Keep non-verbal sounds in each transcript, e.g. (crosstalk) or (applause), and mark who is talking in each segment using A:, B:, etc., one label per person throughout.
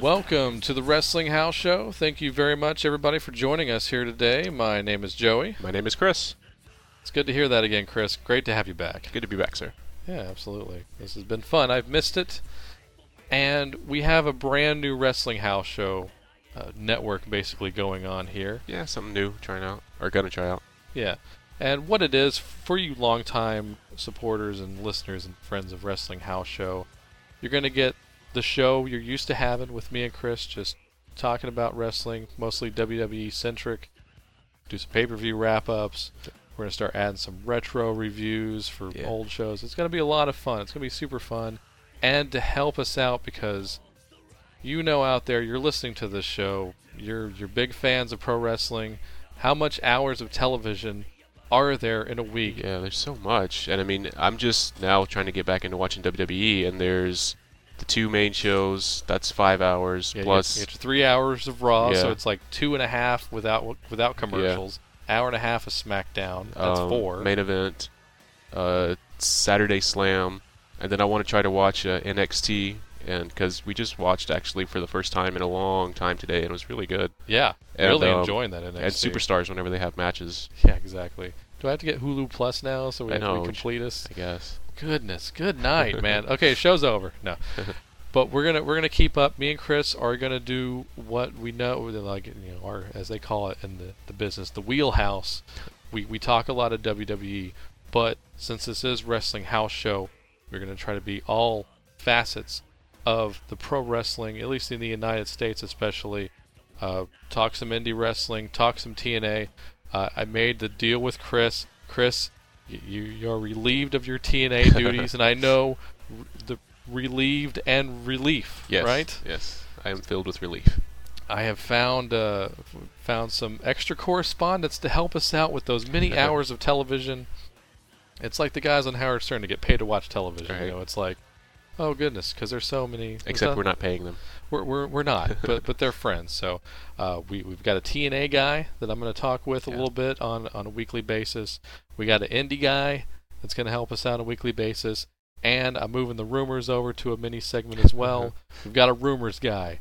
A: Welcome to the Wrestling House Show. Thank you very much, everybody, for joining us here today. My name is Joey.
B: My name is Chris.
A: It's good to hear that again, Chris. Great to have you back.
B: Good to be back, sir.
A: Yeah, absolutely. This has been fun. I've missed it. And we have a brand new Wrestling House Show uh, network basically going on here.
B: Yeah, something new trying out or gonna try out.
A: Yeah. And what it is for you longtime supporters and listeners and friends of Wrestling House Show, you're going to get the show you're used to having with me and Chris just talking about wrestling, mostly WWE centric. Do some pay per view wrap ups. We're going to start adding some retro reviews for
B: Yeah.
A: old shows. It's going to be a lot of fun. It's going to be super fun. And to help us out because you know out there you're listening to this show you're you're big fans of pro wrestling how much hours of television are there in a week
B: Yeah, there's so much, and I mean, I'm just now trying to get back into watching WWE, and there's the two main shows. That's five hours
A: Yeah, you
B: plus.
A: get- you get three hours of raw so
B: Yeah.
A: it's like two and a half without without commercials hour and a half of smackdown that's
B: um,
A: four
B: main event, uh, Saturday Slam, and then I want to try to watch uh, NXT, and because we just watched actually for the first time in a long time today, and it was really good.
A: yeah
B: and,
A: really
B: um,
A: enjoying that NXT.
B: And superstars whenever they have matches,
A: yeah exactly do i have to get hulu plus now so we
B: I
A: have to
B: know.
A: complete us
B: I guess.
A: goodness good night man okay show's over no but we're gonna we're gonna keep up me and chris are gonna do what we know like you know our as they call it in the, the business the wheelhouse we we talk a lot of wwe but since this is wrestling house show we're gonna try to be all facets of the pro wrestling at least in the united states especially uh, talk some indie wrestling talk some tna uh, i made the deal with chris chris y- you you're relieved of
B: (laughs)
A: your tna duties and i know r- the relieved and relief.
B: Yes.
A: Right.
B: Yes. I am filled with relief.
A: I have found uh, f- found some extra correspondence to help us out with
B: (laughs)
A: those many hours of television. It's like the guys on Howard Stern to get paid to watch television. You
B: Right.
A: know, it's like, oh goodness, because there's so many. there's
B: Except
A: not-
B: we're not paying them.
A: we're, we're, we're not, but but they're friends. So uh, we we've got a TNA guy that I'm going to talk with a
B: Yeah.
A: little bit on on a weekly basis. We got an indie guy that's going to help us out on a weekly basis, and I'm moving the rumors over to a mini segment as well. We've got a rumors guy,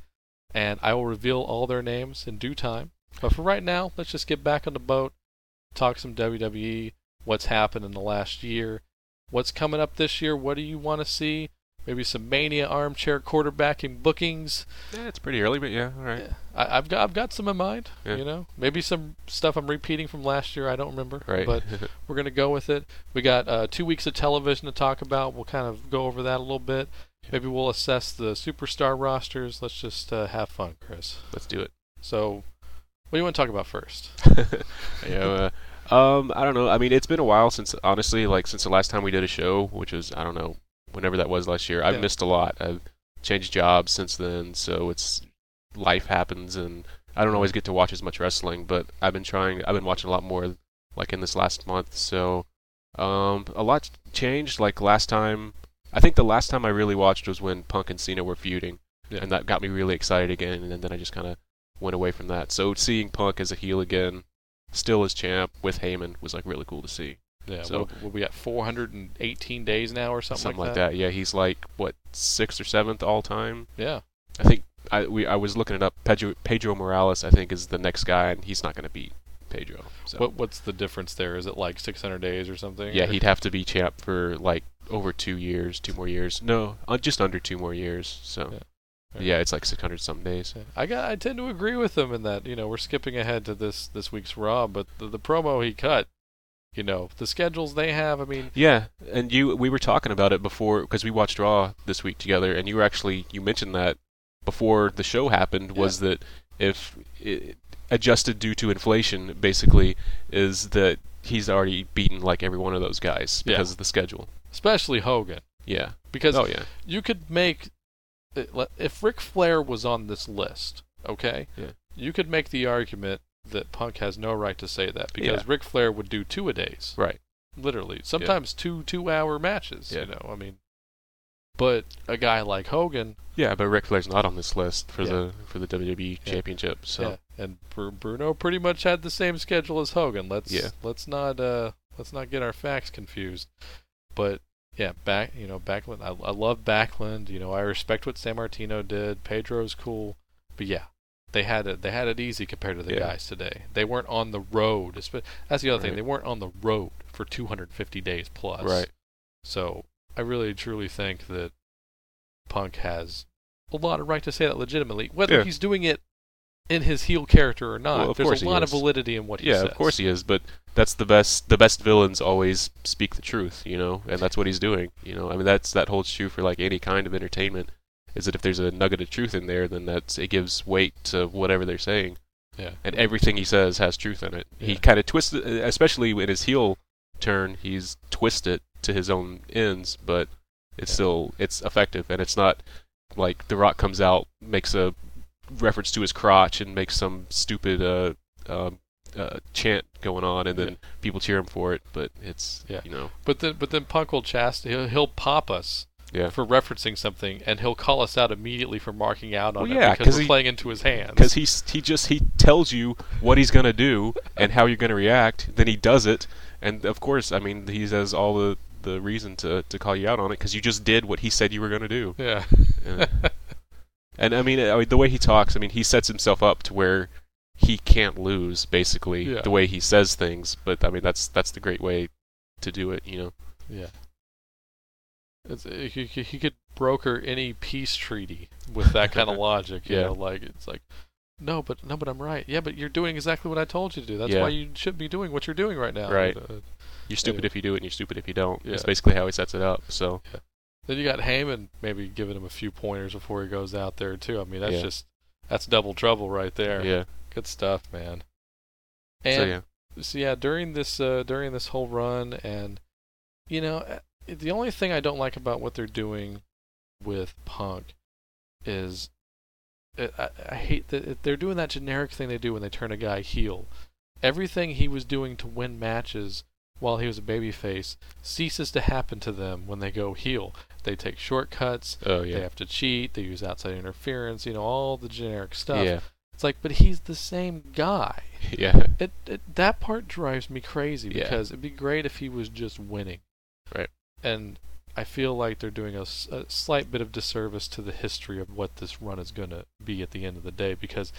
A: and I will reveal all their names in due time. But for right now, let's just get back on the boat, talk some WWE, what's happened in the last year, what's coming up this year, what do you want to see? Maybe some mania armchair quarterbacking bookings.
B: Yeah, it's pretty early, but yeah, all right.
A: Yeah. I, I've got I've got some in mind.
B: Yeah.
A: You know, maybe some stuff I'm repeating from last year. I don't remember.
B: Right.
A: But we're gonna go with it. We got uh, two weeks of television to talk about. We'll kind of go over that a little bit. Maybe we'll assess the superstar rosters. Let's just uh, have fun, Chris.
B: (laughs) Let's do it.
A: So, what do you want to talk about first?
B: yeah, uh, um, I don't know. I mean, it's been a while since, honestly, like since the last time we did a show, which was I don't know, whenever that was last year. I've
A: Yeah.
B: missed a lot. I've changed jobs since then, so it's life happens, and I don't always get to watch as much wrestling. But I've been trying. I've been watching a lot more, like in this last month. So, um, a lot changed. Like last time, I think the last time I really watched was when Punk and Cena were feuding,
A: Yeah.
B: and that got me really excited again. And then I just kind of went away from that. So seeing Punk as a heel again still as champ with Heyman was like really cool to see.
A: Yeah.
B: So-
A: what, what we got 418 days now or something,
B: Something like, that. Yeah, he's like what sixth or seventh all time.
A: Yeah.
B: I think I we I was looking it up. Pedro, Pedro Morales I think is the next guy, and he's not going to beat Pedro. So
A: What what's the difference there? Is it like 600 days or something?
B: yeah,
A: Or-
B: he'd have to be champ for like over two years, two more years. No, uh, just under two more years. So
A: Yeah.
B: yeah,
A: Alright.
B: it's like six hundred some days.
A: Yeah, I got. I tend to agree with him in that you know we're skipping ahead to this this week's Raw, but the, the promo he cut, you know, the schedules they have. I mean,
B: Yeah, and you we were talking about it before because we watched Raw this week together, and you were actually you mentioned that before the show happened was that if it, adjusted due to inflation, basically is that he's already beaten like every one of those guys
A: Yeah.
B: because of the schedule.
A: especially Hogan,
B: Yeah.
A: because
B: oh yeah.
A: you could make eh, if Ric Flair was on this list, okay,
B: Yeah.
A: you could make the argument that Punk has no right to say that because
B: Yeah.
A: Ric Flair would do two a days,
B: Right.
A: literally sometimes two two hour matches.
B: Yeah.
A: You know, I mean, but a guy like Hogan,
B: Yeah, but Ric Flair's not on this list for
A: Yeah.
B: the for the WWE
A: Yeah.
B: championship. So
A: Yeah, and Br- Bruno pretty much had the same schedule as Hogan. Let's
B: Yeah.
A: let's not uh, let's not get our facts confused. But yeah, back you know Backlund. I, I love Backlund. You know, I respect what San Martino did. Pedro's cool, but yeah, they had it. They had it easy compared to the
B: Yeah.
A: guys today. They weren't on the road. It's- That's the other thing.
B: Right.
A: They weren't on the road for 250 days plus.
B: Right.
A: So I really truly think that Punk has a lot of right to say that legitimately, whether
B: Yeah.
A: he's doing it in his heel character or not.
B: Well, of
A: there's
B: course
A: a
B: he
A: lot of
B: is.
A: validity in what he
B: yeah,
A: says.
B: of course he is, but that's the best. The best villains always speak the truth, you know, and that's what he's doing. You know, I mean, that's that holds true for like any kind of entertainment. Is that if there's a nugget of truth in there, then that's it gives weight to whatever they're saying.
A: Yeah.
B: and everything he says has truth in it. He
A: Yeah.
B: kind of twists, it, especially in his heel turn, he's twisted to his own ends, but it's
A: Yeah.
B: still it's effective, and it's not like The Rock comes out makes a reference to his crotch and makes some stupid uh, um, uh, chant going on, and then
A: Yeah.
B: people cheer him for it. But it's
A: Yeah.
B: you know
A: But then, but then Punk will chast he'll, he'll pop us
B: Yeah.
A: for referencing something, and he'll call us out immediately for marking out on
B: Well,
A: it
B: yeah,
A: because
B: 'cause
A: we're
B: he-
A: playing into his hands.
B: because he he just he tells you what he's gonna do and how you're gonna react. Then he does it, and of course, I mean, he has all the the reason to to call you out on it because you just did what he said you were gonna do.
A: yeah, (laughs)
B: Yeah. and I mean, I mean, the way he talks, I mean, he sets himself up to where he can't lose, basically,
A: Yeah.
B: the way he says things. But I mean, that's that's the great way to do it, you know?
A: yeah. It's, he, he he could broker any peace treaty with
B: (laughs)
A: that kind of logic. You
B: Yeah.
A: know, like it's like, no, but no, but I'm right. Yeah, but you're doing exactly what I told you to do. That's
B: Yeah.
A: why you should be doing what you're doing right now.
B: Right.
A: Uh,
B: You're stupid if you do it, and you're stupid if you don't. It's
A: Yeah.
B: basically how he sets it up. So
A: Then you got Heyman maybe giving him a few pointers before he goes out there too. I mean, that's
B: Yeah.
A: just that's double trouble right there.
B: yeah,
A: Good stuff, man.
B: so
A: And
B: yeah,
A: so yeah, during this uh, during this whole run, and you know, uh, the only thing I don't like about what they're doing with Punk is I, I- I hate that they're doing that generic thing they do when they turn a guy heel. Everything he was doing to win matches while he was a babyface ceases to happen to them when they go heel. They take shortcuts.
B: oh yeah,
A: They have to cheat. They use outside interference. You know all the generic stuff.
B: yeah, (laughs)
A: It's like, but he's the same guy
B: yeah,
A: it, it that part drives me crazy
B: Yeah.
A: because it'd be great if he was just winning.
B: Right.
A: And I feel like they're doing a, s- a slight bit of disservice to the history of what this run is going to be at the end of the day because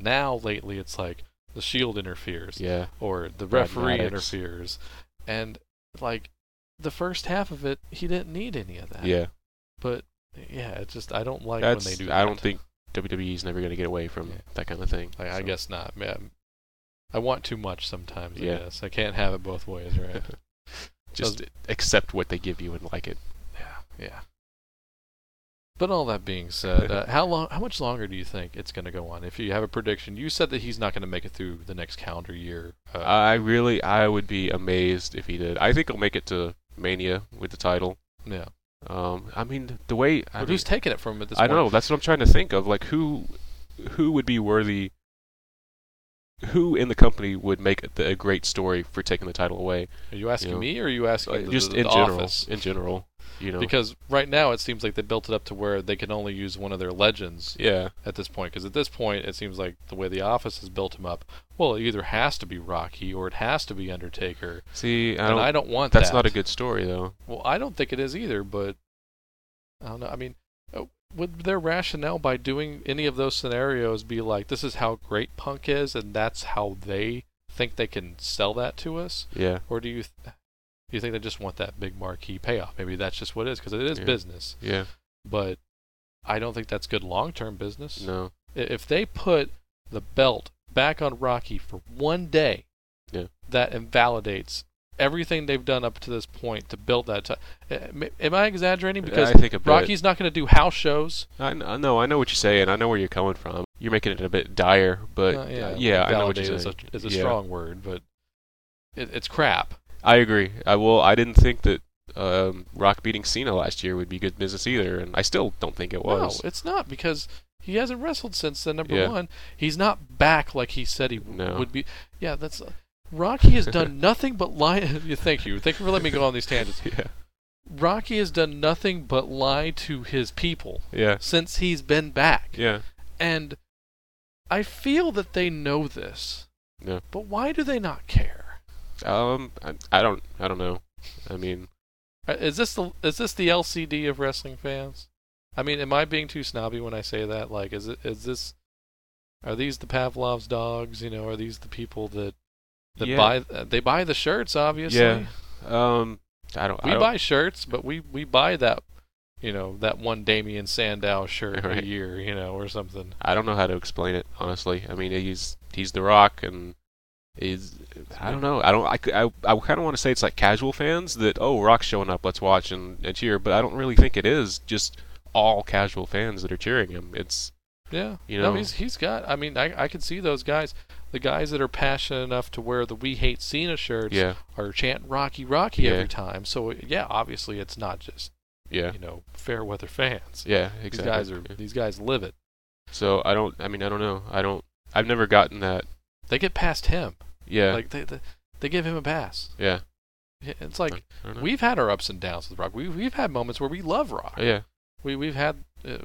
A: now lately it's like the shield interferes
B: yeah,
A: or the
B: Brad
A: referee
B: Maddox.
A: interferes and like the first half of it he didn't need any of that.
B: yeah.
A: But yeah, it's just I don't like
B: That's
A: when they do that.
B: I don't think WWE's never gonna get away from
A: Yeah.
B: that kind of thing.
A: Like, I
B: so.
A: guess not. Man, I want too much sometimes. I
B: Yeah.
A: guess I can't have it both ways, right?
B: just accept what they give you and like it.
A: yeah, yeah. But all that being said, uh, how long? How much longer do you think it's going to go on? If you have a prediction, you said that he's not going to make it through the next calendar year. Uh,
B: I really, I would be amazed if he did. I think he'll make it to Mania with the title.
A: yeah,
B: Um, I mean, the way I
A: but
B: mean,
A: who's taking it from him at this
B: I
A: point?
B: don't know. That's what I'm trying to think of. Like who, who would be worthy? Who in the company would make the, a great story for taking the title away?
A: Are you asking
B: You know,
A: me, or are you asking
B: Like,
A: the,
B: just
A: the-
B: in
A: the
B: general,
A: office?
B: in general, you know.
A: Because right now it seems like they built it up to where they can only use one of their legends
B: yeah,
A: at this point because at this point it seems like the way the office has built him up well it either has to be rocky or it has to be undertaker
B: see, I
A: and
B: don't.
A: i don't want
B: that's
A: that.
B: not a good story though.
A: well i don't think it is either but i don't know i mean uh, would their rationale by doing any of those scenarios be like this is how great punk is and that's how they think they can sell that to us
B: Yeah,
A: or do you th- do you think they just want that big marquee payoff maybe that's just what it is because it is
B: Yeah.
A: business
B: yeah,
A: but i don't think that's good long-term business
B: no,
A: I- if they put the belt back on Rocky for one day,
B: Yeah.
A: that invalidates everything they've done up to this point to build that. ti- Uh, ma- am I exaggerating? Because
B: I think a bit.
A: Rocky's not going to do house shows.
B: I, kn- I know, I know what you're saying. I know where you're coming from. You're making it a bit dire, but
A: Uh,
B: yeah, yeah I know what
A: validate
B: you're
A: is a,
B: saying.
A: is a
B: Yeah.
A: strong word, but it, it's crap.
B: I agree. I will. I didn't think that um, Rock beating Cena last year would be good business either, and I still don't think it was.
A: No, it's not because he hasn't wrestled since then. Number
B: Yeah.
A: one, he's not back like he said he w-
B: No.
A: would be. Yeah, that's. Rocky has done (laughs) nothing but lie. Thank you. Thank you for letting me go on these tangents.
B: (laughs) yeah,
A: Rocky has done nothing but lie to his people
B: yeah,
A: since he's been back.
B: yeah.
A: And I feel that they know this.
B: Yeah.
A: But why do they not care?
B: Um, I, I don't, I don't know. I mean,
A: Uh, Is this the is this the LCD of wrestling fans? I mean, am I being too snobby when I say that? Like, is it is this are these the Pavlov's dogs? You know, are these the people that that
B: Yeah.
A: buy uh, they buy the shirts? Obviously,
B: Yeah. Um, I don't. I
A: we
B: don't-
A: buy shirts, but we we buy that you know that one Damien Sandow
B: (laughs)
A: shirt
B: Right.
A: a year, you know, or something.
B: I don't know how to explain it honestly. I mean, he's he's the Rock, and he's I don't know. I don't. I c- I, kind of want to say it's like casual fans that oh, Rock's showing up, let's watch and, and cheer. But I don't really think it is just all casual fans that are cheering him. It's
A: Yeah,
B: You
A: No,
B: know?
A: he's he's got. I mean, I I can see those guys, the guys that are passionate enough to wear the "We Hate Cena" shirts
B: yeah,
A: are chanting "Rocky, Rocky"
B: Yeah.
A: every time. So yeah, obviously it's not just
B: yeah,
A: you know fair weather fans.
B: yeah.
A: These
B: Exactly.
A: guys are these guys live it.
B: So I don't. I mean, I don't know. I don't. I've never gotten that.
A: They get past him.
B: Yeah.
A: Like they, they they give him a pass.
B: yeah.
A: Yeah, It's like
B: I don't know.
A: we've had our ups and downs with Rock. We we've had moments where we love Rock.
B: yeah.
A: we we've had uh,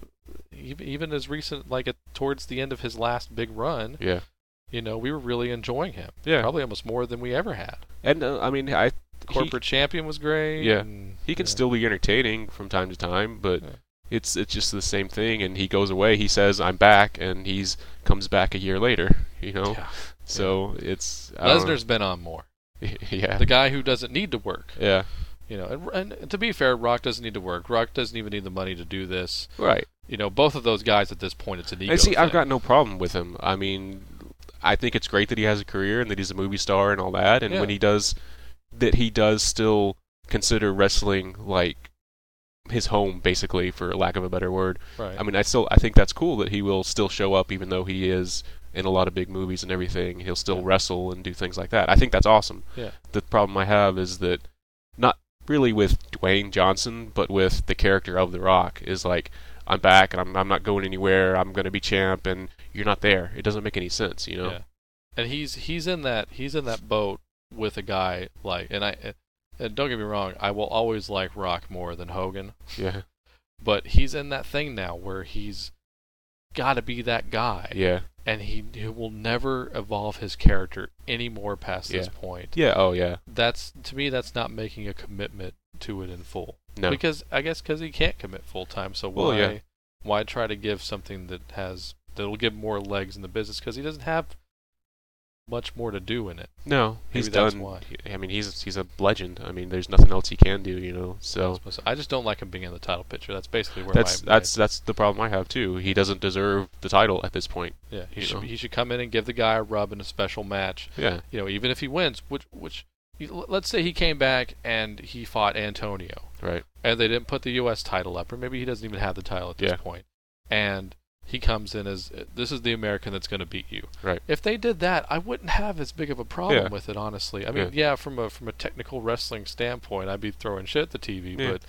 A: e- even as recent like at, towards the end of his last big run
B: Yeah.
A: you know we were really enjoying him
B: Yeah.
A: probably almost more than we ever had
B: And uh, I mean, I he-
A: corporate champion was great
B: Yeah.
A: and-
B: He can
A: yeah.
B: still be entertaining from time to time, but
A: Yeah.
B: it's it's just the same thing. And he goes away. He says, "I'm back," and he's comes back a year later. You know,
A: Yeah.
B: so it's I don't know.
A: Lesnar's been on more
B: (laughs) yeah,
A: the guy who doesn't need to work
B: yeah,
A: you know and, and to be fair Rock doesn't need to work Rock doesn't even need the money to do this
B: right.
A: you know both of those guys at this point it's an ego
B: And see, I've
A: thing.
B: got no problem with him. I mean, I think it's great that he has a career and that he's a movie star and all that. And when
A: Yeah.
B: he does, that he does still consider wrestling like his home, basically, for lack of a better word.
A: right
B: I mean, I still I think that's cool that he will still show up even though he is in a lot of big movies and everything. He'll still
A: Yeah.
B: wrestle and do things like that. I think that's awesome.
A: Yeah.
B: The problem I have is that not really with Dwayne Johnson, but with the character of The Rock is like I'm back and I'm I'm not going anywhere. I'm going to be champ and you're not there. It doesn't make any sense, you know.
A: Yeah. and he's he's in that he's in that boat with a guy like and I and don't get me wrong I will always like Rock more than Hogan
B: Yeah.
A: but he's in that thing now where he's got to be that guy
B: Yeah.
A: and he, he will never evolve his character anymore past this
B: Yeah.
A: point
B: Yeah, oh yeah.
A: that's to me that's not making a commitment to it in full
B: No.
A: because i guess because he can't commit full time so why
B: Well, yeah.
A: why try to give something that has that'll give more legs in the business because he doesn't have much more to do in it
B: no, he's
A: maybe that's
B: done.
A: why.
B: I mean, he's he's a legend. I mean, there's nothing else he can do, you know. So
A: i just don't like him being in the title picture that's basically where
B: that's
A: my, my-
B: that's that's the problem I have too. He doesn't deserve the title at this point.
A: yeah he
B: you
A: should,
B: know.
A: he should come in and give the guy a rub in a special match
B: Yeah,
A: you know, even if he wins, which which you- l- let's say he came back and he fought Antonio,
B: right.
A: and they didn't put the U.S. title up, or maybe he doesn't even have the title at this
B: Yeah.
A: point, and he comes in as this is the American that's going to beat you.
B: Right.
A: If they did that, I wouldn't have as big of a problem
B: Yeah.
A: with it, honestly. I mean, yeah. from a from a technical wrestling standpoint, I'd be throwing shit at the TV,
B: Yeah.
A: but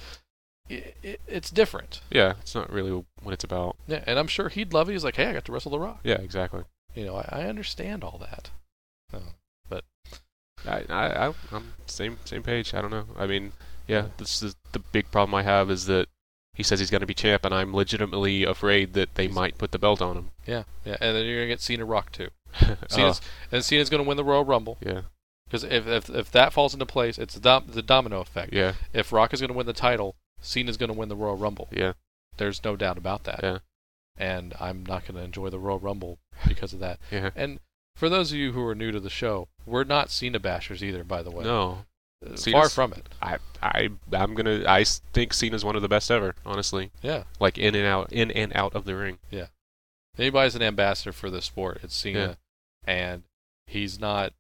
A: it, it, it's different.
B: Yeah, it's not really what it's about.
A: Yeah, and I'm sure he'd love it. He's like, hey, I got to wrestle The Rock.
B: Yeah, exactly.
A: You know, I, I understand all that.
B: I, I, I I'm same same page. I don't know. I mean, yeah, this is the big problem I have is that he says he's going to be champ, and I'm legitimately afraid that they might put the belt on him. (laughs)
A: Yeah, yeah, and then you're gonna get Cena Rock too.
B: Oh,
A: Cena's, and Cena's going to win the Royal Rumble
B: yeah,
A: because if, if if that falls into place, it's the, dom- the domino effect.
B: yeah,
A: If Rock is going to win the title, Cena's going to win the Royal Rumble.
B: yeah,
A: There's no doubt about that.
B: Yeah.
A: And I'm not going to enjoy the Royal Rumble because of that.
B: yeah.
A: And for those of you who are new to the show, we're not Cena bashers either, by the way.
B: No,
A: Uh, Far
B: Cena's-
A: from it.
B: I I I'm gonna. I s- think Cena's one of the best ever, honestly.
A: Yeah.
B: Like in and out, in and out of the ring.
A: anybody's an ambassador for the sport, it's
B: Yeah.
A: Cena, and he's not,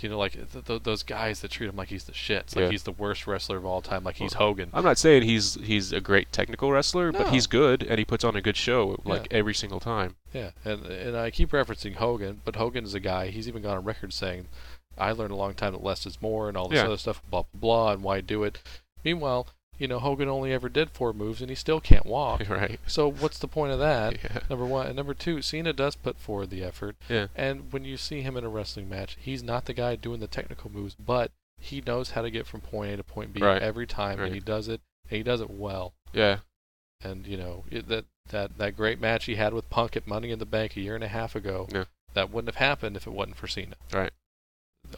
A: you know, like th- th- those guys that treat him like he's the shit. It's like
B: Yeah.
A: he's the worst wrestler of all time, like he's Hogan.
B: I'm not saying he's he's a great technical wrestler, but
A: No.
B: he's good and he puts on a good show like every single time. (laughs)
A: Yeah, and and I keep referencing Hogan, but Hogan is a guy. He's even gone on record saying, "I learned a long time that less is more," and all this
B: Yeah.
A: other stuff, blah blah blah, and why do it. Meanwhile, you know, Hogan only ever did four moves, and he still can't walk.
B: right.
A: so what's the point of that?
B: Yeah.
A: Number one, and number two, Cena does put forward the effort.
B: Yeah.
A: And when you see him in a wrestling match, he's not the guy doing the technical moves, but he knows how to get from point A to point B
B: Right.
A: every time,
B: Right.
A: and he does it, and he does it well.
B: Yeah.
A: And you know it, that that that great match he had with Punk at Money in the Bank a year and a half ago,
B: Yeah.
A: that wouldn't have happened if it wasn't for Cena.
B: Right.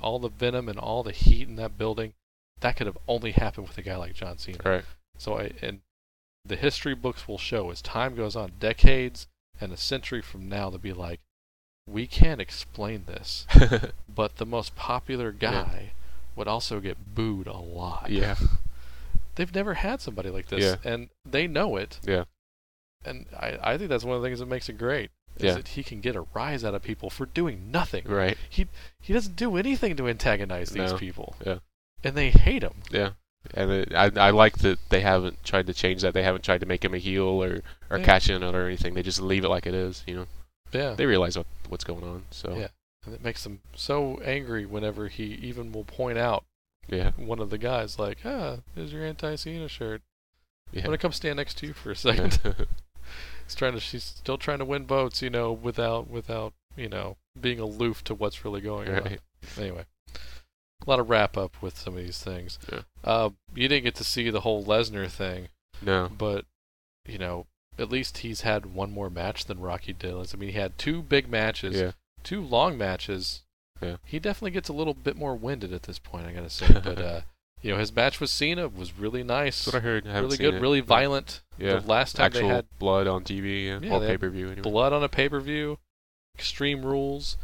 A: All the venom and all the heat in that building, that could have only happened with a guy like John Cena.
B: Right. (laughs)
A: So I and the history books will show as time goes on, decades and a century from now, to be like, we can't explain this, but the most popular guy would also get booed a lot.
B: yeah.
A: They've never had somebody like this,
B: Yeah.
A: and they know it.
B: Yeah.
A: And I, I think that's one of the things that makes it great. Is
B: Yeah.
A: that he can get a rise out of people for doing nothing.
B: Right.
A: He doesn't do anything to antagonize these
B: No.
A: people.
B: Yeah.
A: And they hate him.
B: Yeah. And it, I I like that they haven't tried to change that. They haven't tried to make him a heel or or
A: Yeah.
B: cash in on it or anything. They just leave it like it is. You know.
A: Yeah.
B: They realize what what's going on. So
A: Yeah. and it makes them so angry whenever he even will point out
B: yeah.
A: one of the guys, like, ah, there's your anti Cena shirt.
B: Yeah.
A: I'm going to come stand next to you for a
B: Yeah.
A: second.
B: (laughs)
A: (laughs) He's trying to, she's still trying to win votes, you know, without, without, you know, being aloof to what's really going on.
B: right.
A: Anyway, a lot of wrap up with some of these things.
B: Yeah.
A: Uh, you didn't get to see the whole Lesnar thing.
B: No.
A: but you know, at least he's had one more match than Rocky Dillons. I mean, he had two big matches,
B: Yeah.
A: two long matches.
B: Yeah.
A: He definitely gets a little bit more winded at this point, I
B: (laughs)
A: gotta say. but uh, you know, his match with Cena was really nice,
B: That's what I heard. I haven't
A: really
B: seen
A: good,
B: it,
A: really
B: but
A: violent.
B: Yeah.
A: The last time
B: Actual
A: they had
B: blood on TV. Yeah.
A: Yeah,
B: or
A: they had
B: pay per view. Anyway.
A: blood on a pay per view, Extreme Rules,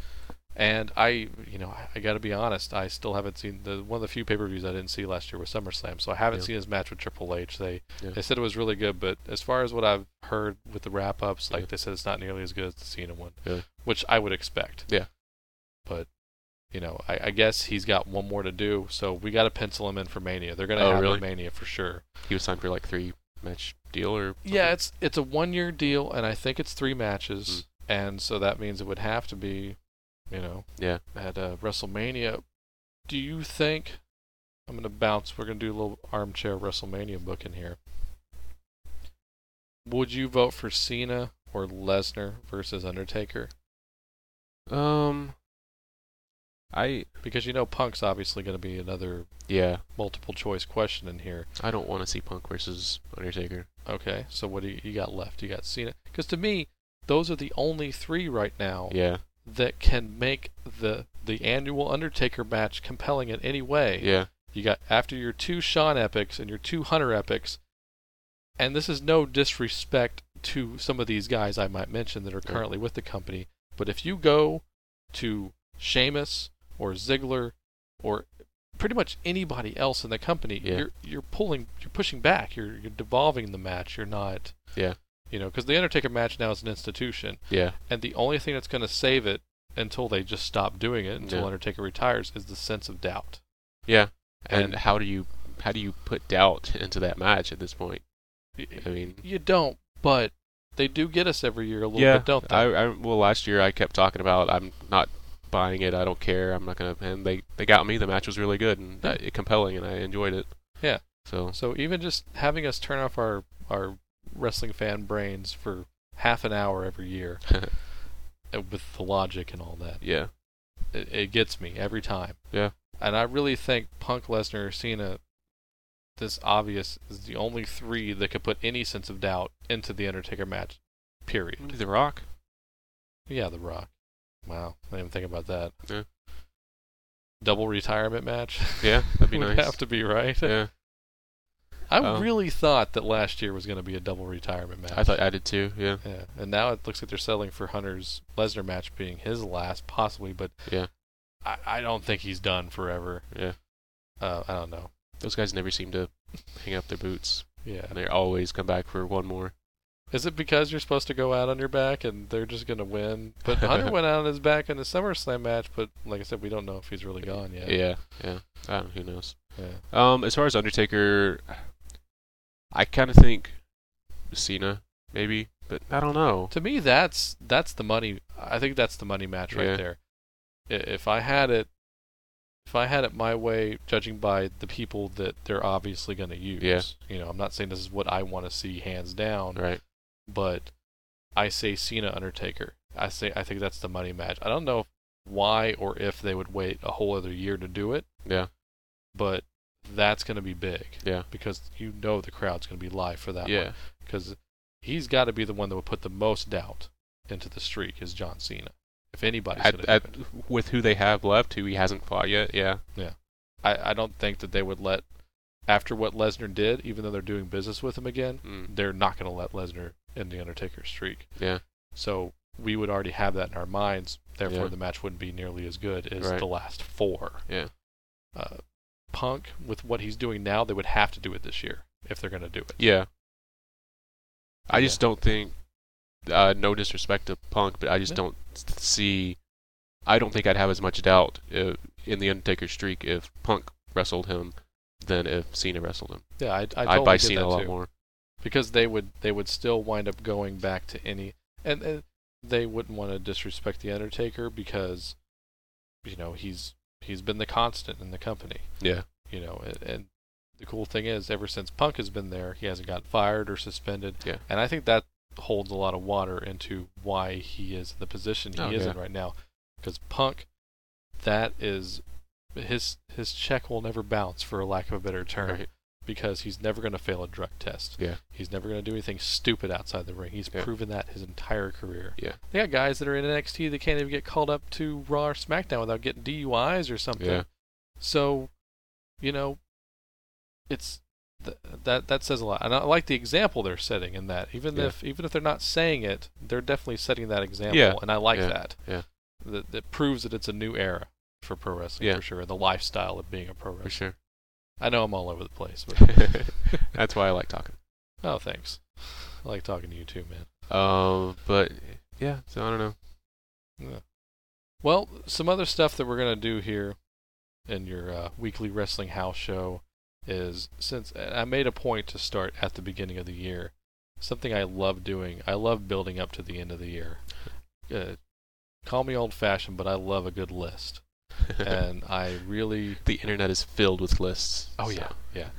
A: and I, you know, I, I gotta be honest, I still haven't seen the one of the few pay per views I didn't see last year was SummerSlam, so I haven't
B: Yeah.
A: seen his match with Triple H. They
B: Yeah.
A: they said it was really good, but as far as what I've heard with the wrap ups, like
B: Yeah.
A: they said it's not nearly as good as the Cena one,
B: Yeah.
A: which I would expect.
B: Yeah.
A: but. You know, I, I guess he's got one more to do, so we got to pencil him in for Mania. They're gonna
B: Oh,
A: have him
B: really?
A: Mania for sure.
B: He was signed for like three match deal or
A: Yeah, it's it's a one year deal, and I think it's three matches, and so that means it would have to be, you know,
B: Yeah.
A: at uh, WrestleMania. Do you think I'm gonna bounce? We're gonna do a little armchair WrestleMania book in here. Would you vote for Cena or Lesnar versus Undertaker?
B: um. I
A: Because you know Punk's obviously gonna be another
B: yeah.
A: multiple choice question in here.
B: I don't want to see Punk versus Undertaker.
A: Okay, so what do you, you got left? You got Cena. Because to me, those are the only three right now.
B: Yeah.
A: that can make the the annual Undertaker match compelling in any way.
B: Yeah.
A: You got after your two Shawn epics and your two Hunter epics, and this is no disrespect to some of these guys I might mention that are
B: Yeah.
A: currently with the company, but if you go to Sheamus or Ziggler or pretty much anybody else in the company,
B: Yeah.
A: you're you're pulling you're pushing back. You're you're devolving the match. You're not
B: Yeah.
A: You know, because the Undertaker match now is an institution
B: Yeah.
A: and the only thing that's going to save it until they just stop doing it until
B: Yeah.
A: Undertaker retires is the sense of doubt.
B: Yeah. And,
A: And
B: how do you how do you put doubt into that match at this point?
A: y-
B: I mean,
A: you don't, but they do get us every year a little
B: yeah.
A: bit, don't they?
B: I, I well last year I kept talking about I'm not buying it. I don't care. I'm not gonna. And they they got me. The match was really good and uh, compelling, and I enjoyed it.
A: Yeah.
B: So
A: so even just having us turn off our our wrestling fan brains for half an hour every
B: (laughs)
A: year uh, with the logic and all that,
B: yeah.
A: it, it gets me every time.
B: Yeah.
A: And I really think Punk, Lesnar, Cena, this obvious is the only three that could put any sense of doubt into the Undertaker match. Period.
B: The Rock.
A: Yeah, The Rock. Wow, I didn't even think about that.
B: Yeah.
A: Double retirement match.
B: (laughs)
A: (laughs)
B: Yeah, that'd be
A: Would
B: nice.
A: have to be right.
B: Yeah.
A: I
B: Um,
A: really thought that last year was going to be a double retirement match.
B: I thought I did too. Yeah.
A: Yeah, and now it looks like they're settling for Hunter's Lesnar match being his last, possibly. But
B: Yeah.
A: I, I don't think he's done forever.
B: Yeah.
A: Uh, I don't know.
B: Those guys never seem to hang up their boots.
A: Yeah.
B: They always come back for one more.
A: Is it because you're supposed to go out on your back and they're just going to win?
B: (laughs)
A: But Hunter went out on his back in the SummerSlam match, but like I said, we don't know if he's really gone yet.
B: Yeah. Yeah. I don't. Who knows.
A: Yeah.
B: Um, as far as Undertaker, I kind of think Cena, maybe, but I don't know.
A: to me that's that's the money i think that's the money match right
B: Yeah.
A: there I- if i had it if i had it my way judging by the people that they're obviously going to use
B: Yeah.
A: you know i'm not saying this is what i want to see hands down
B: Right?
A: but i say cena undertaker i say i think that's the money match i don't know why or if they would wait a whole other year to do it
B: Yeah.
A: but that's going to be big
B: Yeah.
A: because you know the crowd's going to be live for that one
B: Yeah.
A: because he's got to be the one that would put the most doubt into the streak is John Cena. If anybody's
B: At,
A: going to,
B: at, with who they have left, who he hasn't fought yet. Yeah.
A: I, I don't think that they would let after what Lesnar did, even though they're doing business with him again,
B: Mm.
A: they're not going to let Lesnar end the Undertaker streak.
B: Yeah.
A: So we would already have that in our minds. Therefore,
B: Yeah.
A: the match wouldn't be nearly as good as
B: Right.
A: the last four.
B: Yeah.
A: Uh, Punk, with what he's doing now, they would have to do it this year if they're going to do it.
B: Yeah. I
A: Yeah.
B: just don't think. Uh, no disrespect to Punk, but I just
A: No.
B: don't s- see. I don't think I'd have as much doubt uh in the Undertaker streak if Punk wrestled him than if Cena wrestled him.
A: Yeah, I, I totally
B: I'd buy
A: get
B: Cena
A: that
B: a lot
A: too.
B: more.
A: because they would they would still wind up going back to any and, and they wouldn't want to disrespect the Undertaker because you know he's he's been the constant in the company.
B: Yeah.
A: You know, and, and the cool thing is, ever since Punk has been there, he hasn't gotten fired or suspended.
B: Yeah.
A: And I think that holds a lot of water into why he is in the position he
B: Oh,
A: is
B: yeah.
A: in right now, because Punk, that is his his check will never bounce for lack of a better term
B: Right.
A: because he's never going to fail a drug test.
B: Yeah.
A: He's never going to do anything stupid outside the ring. He's
B: Yeah.
A: proven that his entire career.
B: Yeah.
A: They got guys that are in NXT that can't even get called up to Raw or SmackDown without getting DUIs or something.
B: Yeah.
A: So, you know, it's th- that that says a lot. And I like the example they're setting in that. Even
B: Yeah.
A: if even if they're not saying it, they're definitely setting that example
B: Yeah.
A: and I like
B: Yeah.
A: that.
B: Yeah.
A: That that proves that it's a new era for pro wrestling
B: Yeah.
A: for sure. The lifestyle of being a pro
B: For
A: wrestler.
B: sure. (laughs)
A: I know I'm all over the place, but
B: That's why I like talking.
A: Oh, thanks. I like talking to you too, man.
B: Um, but yeah, so I don't know.
A: Well, some other stuff that we're gonna do here in your uh, weekly wrestling house show is since and I made a point to start at the beginning of the year, something I love doing. I love building up to the end of the year. Uh, call me old-fashioned, but I love a good list, (laughs) and I really
B: (laughs) the internet is filled with lists.
A: Oh
B: so-
A: yeah, yeah.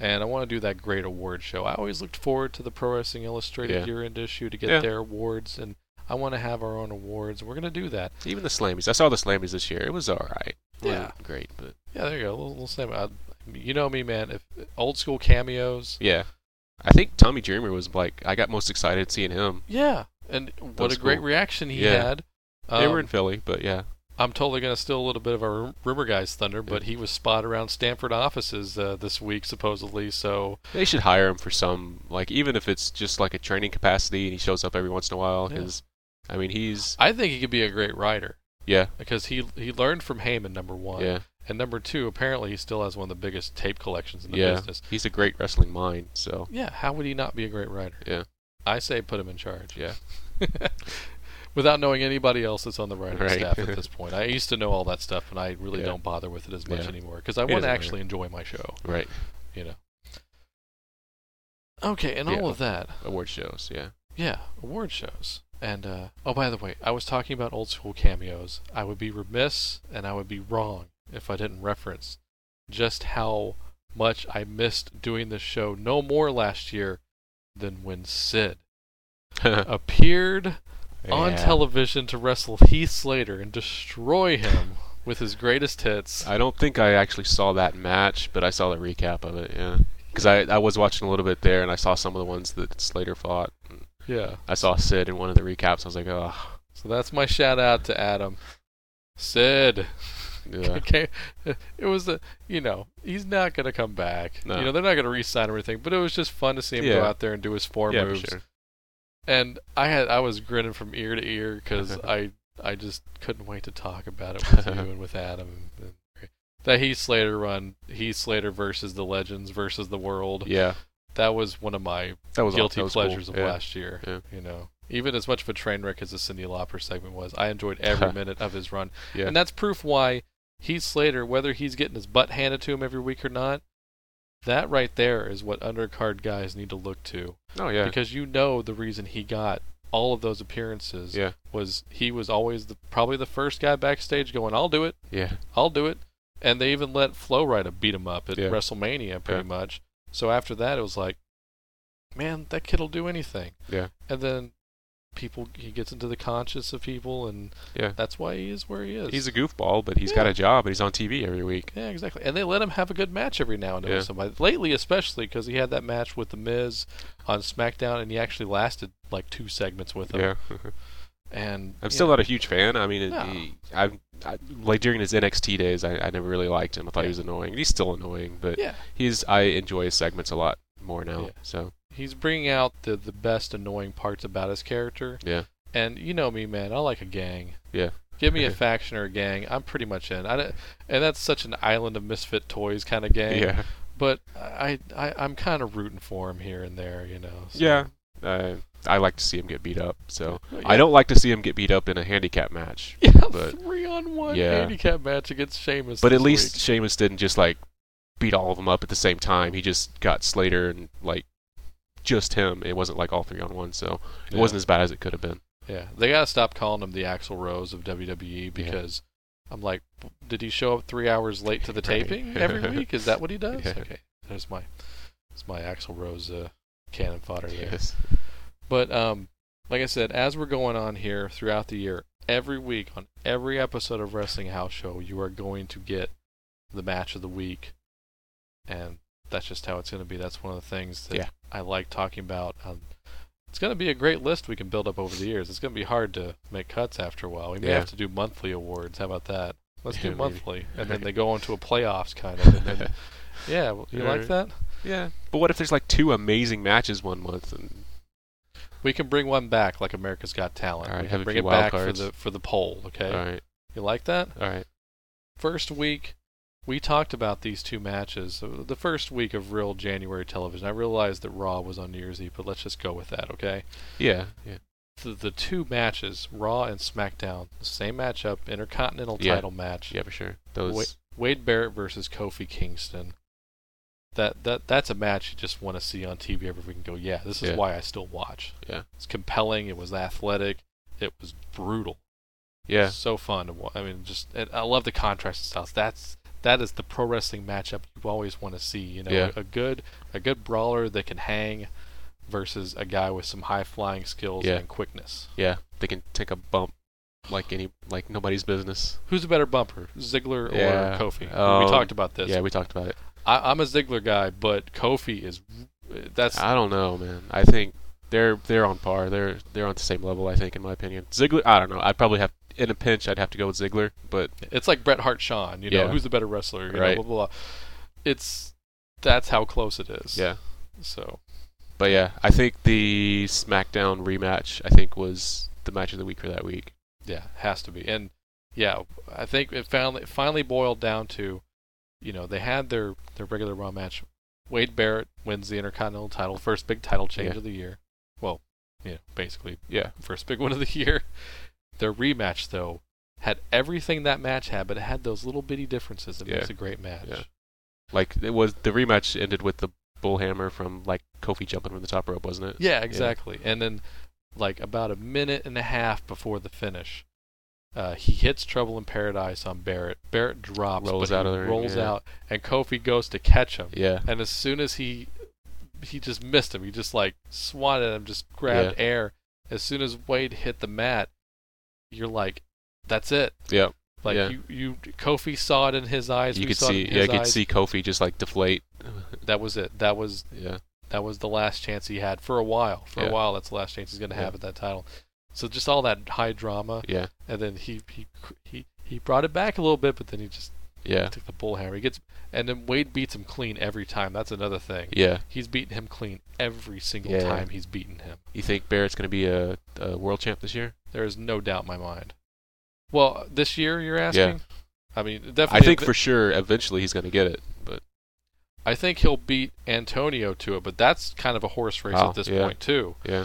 A: And I want to do that great award show. I always looked forward to the Pro Wrestling Illustrated
B: Yeah.
A: year-end issue to get
B: Yeah.
A: their awards, and I want to have our own awards. We're gonna do that.
B: Even the Slammies. I saw the Slammies this year. It was all right. It
A: Yeah.
B: wasn't great, but
A: Yeah, there you go. A little, little slam- I, you know me, man. If old school cameos.
B: yeah. I think Tommy Dreamer was like I got most excited seeing him.
A: Yeah, and what
B: That's
A: a great
B: cool.
A: reaction he
B: Yeah.
A: had.
B: they were
A: Um,
B: in Philly, but yeah,
A: I'm totally going to steal a little bit of our rumor guy's thunder, but he was spotted around Stanford offices uh, this week supposedly. So
B: they should hire him for some like even if it's just like a training capacity and he shows up every once in a while
A: Yeah.
B: because I mean he's
A: I think he could be a great writer
B: yeah
A: because he he learned from Heyman number one.
B: yeah
A: And number two, apparently he still has one of the biggest tape collections in the
B: Yeah.
A: business.
B: he's a great wrestling mind so
A: Yeah, how would he not be a great writer?
B: Yeah.
A: I say put him in charge.
B: Yeah.
A: (laughs) Without knowing anybody else that's on the writing
B: Right. (laughs)
A: staff at this point. I used to know all that stuff, and I really
B: Yeah.
A: don't bother with it as much
B: Yeah.
A: anymore because I
B: It
A: want
B: doesn't
A: to
B: matter.
A: actually enjoy my show,
B: right
A: you know. Okay, and all
B: Yeah.
A: of that.
B: award shows yeah
A: Yeah, award shows. And uh, oh, by the way, I was talking about old school cameos. I would be remiss and I would be wrong if I didn't reference just how much I missed doing this show no more last year than when Sid (laughs) appeared on
B: Yeah.
A: television to wrestle Heath Slater and destroy him with his greatest hits.
B: I don't think I actually saw that match, but I saw the recap of it. Yeah, because I, I was watching a little bit there, and I saw some of the ones that Slater fought.
A: Yeah.
B: I saw Sid in one of the recaps. I was like, oh,
A: (laughs) So that's my shout out to Adam. Sid.
B: yeah,
A: (laughs) Okay, it was a you know he's not gonna come back.
B: No.
A: You know they're not gonna re-sign or anything. But it was just fun to see him go
B: Yeah.
A: out there and do his four
B: yeah, for
A: moves.
B: sure.
A: And I had I was grinning from ear to ear
B: (laughs)
A: because I I just couldn't wait to talk about it with you and with Adam. And, and that Heath Slater run, Heath Slater versus the Legends versus the World.
B: Yeah,
A: That was one of my
B: that was
A: guilty
B: that was cool.
A: pleasures of
B: yeah.
A: last year.
B: Yeah.
A: You know, even as much of a train wreck as the Cindy Lauper segment was,
B: (laughs)
A: I enjoyed every minute of his run,
B: Yeah.
A: and that's proof why Heath Slater, whether he's getting his butt handed to him every week or not, that right there is what undercard guys need to look to
B: Oh yeah,
A: because you know the reason he got all of those appearances
B: Yeah.
A: was he was always the, probably the first guy backstage going, "I'll do it."
B: yeah,
A: I'll do it. And they even let Flow Rida beat him up at
B: Yeah.
A: WrestleMania, pretty
B: Yeah.
A: much. So after that, it was like, man, that kid'll do anything.
B: Yeah.
A: And then people, he gets into the conscience of people, and
B: Yeah.
A: that's why he is where he is.
B: he's a goofball, but he's got
A: Yeah.
B: a job, and he's on TV every week.
A: yeah, exactly. And they let him have a good match every now and then
B: Yeah.
A: with somebody. Lately, especially because he had that match (laughs) with the Miz on SmackDown, and he actually lasted like two segments with him.
B: Yeah,
A: And
B: I'm
A: you
B: still
A: know,
B: not a huge fan. I mean, it,
A: No.
B: he, I, I like during his NXT days, I, I never really liked him. I thought he was annoying. He's still annoying, but
A: Yeah.
B: he's I enjoy his segments a lot more now.
A: Yeah.
B: So
A: he's bringing out the the best annoying parts about his character.
B: yeah,
A: And you know me, man. I like a gang.
B: Yeah.
A: Give
B: (laughs)
A: me a faction or a gang. I'm pretty much in. I don't- and that's such an island of misfit toys kind of gang.
B: yeah,
A: But I, I I'm kind of rooting for him here and there, you know. so-
B: yeah. Uh, I like to see him get beat up. So
A: Yeah.
B: I don't like to see him get beat up in a handicap match.
A: Yeah, (laughs)
B: but-
A: three on one
B: yeah.
A: handicap match against Sheamus.
B: But
A: this
B: at least
A: week.
B: Sheamus didn't just like beat all of them up at the same time. He just got Slater and like just him. It wasn't like all three on one, so it
A: Yeah.
B: wasn't as bad as it could have been.
A: Yeah, they gotta stop calling him the Axl Rose of WWE because I'm like, did he show up three hours late to the
B: (laughs) Right.
A: taping every week? Is
B: (laughs)
A: that what he does?
B: Yeah.
A: Okay, there's my, there's my Axl Rose uh, cannon fodder there.
B: Yes.
A: But um, like I said, as we're going on here throughout the year, every week on every episode of Wrestling House Show, you are going to get the match of the week, and that's just how it's going to be. That's one of the things that
B: Yeah.
A: I like talking about. Um, it's going to be a great list we can build up over the years. It's going to be hard to make cuts after a while. We may
B: Yeah.
A: have to do monthly awards. How about that? Let's
B: Yeah, (laughs)
A: do
B: maybe.
A: monthly, and then they go into a playoffs kind of.
B: (laughs)
A: And then, yeah, well, you like
B: Alright.
A: that?
B: Yeah, but what if there's like two amazing matches one month? And
A: We can bring one back, like America's Got Talent.
B: All right,
A: we
B: have
A: can
B: a
A: bring
B: few
A: it
B: wild
A: back
B: cards.
A: for the for the poll. Okay,
B: all right,
A: you like that?
B: all right,
A: First week, we talked about these two matches. So The first week of real January television. I realized that Raw was on New Year's Eve, but let's just go with that. Okay,
B: yeah, yeah,
A: the, the two matches, Raw and SmackDown, the same matchup, Intercontinental
B: Yeah.
A: title match.
B: yeah, for sure. Those,
A: Wait. Wade Barrett versus Kofi Kingston. That that that's a match you just want to see on TV every week and go, yeah, this is
B: Yeah.
A: why I still watch.
B: Yeah.
A: It's compelling, it was athletic, it was brutal.
B: yeah,
A: So fun to wa- I mean just and I love the contrast styles. That's that is the pro wrestling matchup you always want to see, you know,
B: Yeah.
A: a, good a good brawler that can hang versus a guy with some high flying skills
B: Yeah.
A: and quickness.
B: yeah. They can take a bump like any, like nobody's business.
A: Who's a better bumper, Ziggler or
B: Yeah.
A: Kofi? we
B: Um,
A: talked about this.
B: Yeah, we talked about it.
A: I, I'm a Ziggler guy, but Kofi is that's
B: I don't know, man. I think they're they're on par. They're they're on the same level. I think, in my opinion, Ziggler. I don't know. I'd probably have in a pinch. I'd have to go with Ziggler, but
A: it's like Bret Hart, Sean. You know,
B: Yeah.
A: who's the better wrestler? You
B: Right.
A: Know, blah, blah blah. It's that's how close it is.
B: yeah,
A: So
B: but yeah. I think the SmackDown rematch. I think was the match of the week for that week.
A: yeah, has to be. And yeah, I think it finally it finally boiled down to, you know, they had their their regular Raw match. Wade Barrett wins the Intercontinental title, first big title change
B: Yeah.
A: of the year. Well, you know, basically
B: Yeah,
A: first big (laughs) one of the year. Their rematch though had everything that match had, but it had those little bitty differences that
B: Yeah.
A: makes a great match.
B: Yeah. like it was the rematch ended with the bullhammer from like Kofi jumping from the top rope, wasn't it?
A: Yeah, exactly. And then, like about a minute and a half before the finish, uh, he hits Trouble in Paradise on Barrett. Barrett drops,
B: Rolls
A: but
B: out
A: he
B: of the ring,
A: rolls
B: yeah.
A: out, and Kofi goes to catch him.
B: Yeah.
A: And as soon as he he just missed him, he just like swatted him, just grabbed air. As soon as Wade hit the mat, you're like, that's it.
B: Yeah.
A: Like
B: Yeah.
A: you, you, Kofi saw it in his eyes.
B: you
A: we
B: could
A: saw it
B: see
A: in
B: yeah,
A: his
B: you could
A: eyes.
B: see Kofi just like deflate. (sighs)
A: That was it. That was
B: yeah.
A: that was the last chance he had for a while. For
B: Yeah.
A: a while, that's the last chance he's going to have at that title. So just all that high drama,
B: Yeah.
A: and then he he he he brought it back a little bit, but then he just
B: Yeah.
A: took the bull hammer. He gets and then Wade beats him clean every time. That's another thing.
B: Yeah.
A: He's beaten him clean every single
B: Yeah.
A: time he's beaten him.
B: You think Barrett's going to be a, a world champ this year?
A: There is no doubt in my mind. Well, this year you're asking. I mean, definitely.
B: I think
A: ev-
B: for sure eventually he's going to get it, but
A: I think he'll beat Antonio to it, but that's kind of a horse race
B: Wow,
A: at this
B: yeah.
A: point too.
B: yeah.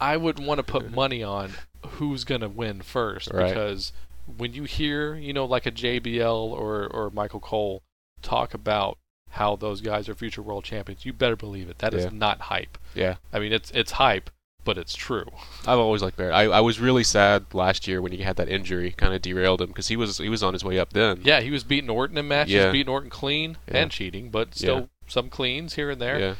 A: I wouldn't want to put money on who's going to win first
B: Right.
A: because when you hear, you know, like a JBL or or Michael Cole talk about how those guys are future world champions, you better believe it. That is
B: Yeah.
A: not hype.
B: Yeah.
A: I mean, it's it's hype, but it's true.
B: I've always liked Barrett. I, I was really sad last year when he had that injury, kind of derailed him because he was he was on his way up then.
A: Yeah, he was beating Orton in matches,
B: Yeah.
A: beating Orton clean
B: Yeah.
A: and cheating, but still
B: Yeah.
A: some cleans here and there.
B: Yeah.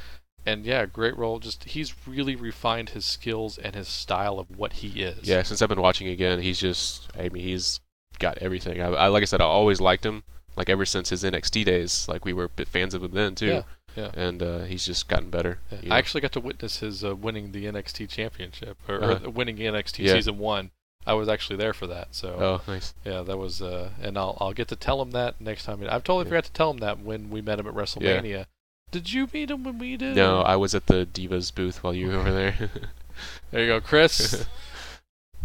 A: And yeah, great role. Just he's really refined his skills and his style of what he is.
B: Yeah, since I've been watching again, he's just I mean, he's got everything. I, I like I said I always liked him like ever since his NXT days. Like we were bit fans of him then too.
A: Yeah. Yeah.
B: and uh, he's just gotten better.
A: Yeah.
B: you
A: I
B: know.
A: actually got to witness his uh, winning the NXT championship or, or
B: Uh-huh.
A: winning NXT
B: Yeah.
A: season one. I was actually there for that, so
B: oh, nice.
A: yeah, that was. Uh, and I'll I'll get to tell him that next time. I've totally
B: Yeah.
A: forgot to tell him that when we met him at WrestleMania. Did you meet him when we did?
B: No, I was at the Divas booth while you were over there. (laughs)
A: There you go, Chris.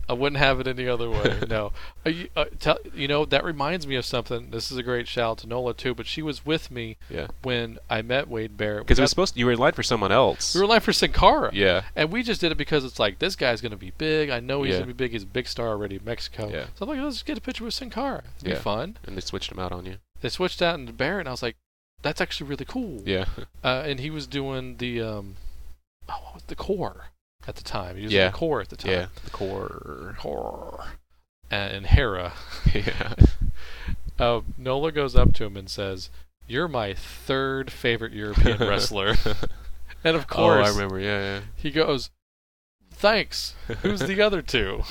A: I wouldn't have it any other way. No, (laughs) Are you, uh, tell, you know that reminds me of something. This is a great shout out to Nola too, but she was with me
B: Yeah.
A: when I met Wade Barrett.
B: Because it
A: we,
B: was
A: got-
B: supposed you were in line for someone else.
A: we were live for Sin Cara,
B: yeah,
A: and we just did it because it's like this guy's gonna be big. I know he's
B: Yeah.
A: gonna be big. He's a big star already in Mexico.
B: Yeah.
A: So I'm like, let's get a picture with Sin Cara. It'd
B: Yeah.
A: be fun.
B: and they switched him out on you.
A: They switched out into Barrett, and I was like, that's actually really cool.
B: Yeah,
A: Uh, and he was doing the um, oh, what was the core at the time. He was
B: Yeah.
A: in the core at the time.
B: yeah, the core.
A: Horror. And Hera.
B: (laughs) yeah,
A: Uh, Nola goes up to him and says, You're my third favorite
B: (laughs)
A: European wrestler. and of
B: core. Oh, I
A: course,
B: remember. Yeah,
A: he goes, Thanks.
B: yeah. (laughs)
A: Who's the other two?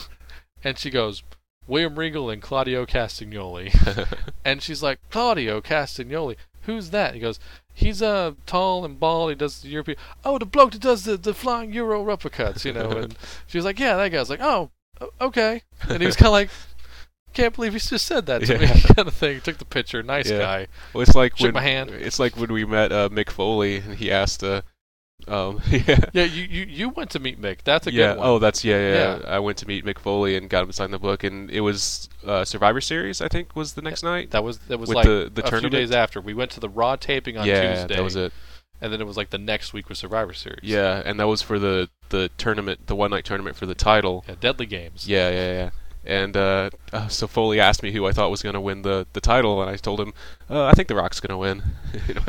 A: And she goes, William Regal and Claudio Castagnoli.
B: (laughs)
A: And she's like, Claudio Castagnoli. Who's that? He goes, He's uh, tall and bald. He does the European. Oh, the bloke that does the, the flying Euro uppercuts, you know.
B: (laughs)
A: And she was like, Yeah, that guy's like, Oh, o- okay. And he was kind of like, Can't believe he just said that to me, (laughs)
B: Yeah.
A: kind of thing. Took the picture. Nice
B: Yeah.
A: guy.
B: well, it's like
A: Shook
B: when
A: my hand.
B: it's like when we met uh, Mick Foley, and he asked, uh, um, (laughs) yeah,
A: Yeah, you, you, you went to meet Mick. That's a
B: yeah.
A: good one.
B: Oh, that's yeah, yeah,
A: Yeah.
B: I went to meet Mick Foley and got him to sign the book, and it was uh, Survivor Series, I think, was the next night.
A: That was that was
B: With
A: like
B: the- the
A: a few
B: tournament?
A: days after. We went to the Raw taping on
B: yeah,
A: Tuesday,
B: that was it.
A: and then it was like the next week was Survivor Series.
B: Yeah, and that was for the the tournament, the one night tournament for the title.
A: Yeah, Deadly Games.
B: Yeah, yeah, yeah. And uh, uh, so Foley asked me who I thought was going to win the, the title, and I told him, uh, I think The Rock's going to win. (laughs) You know,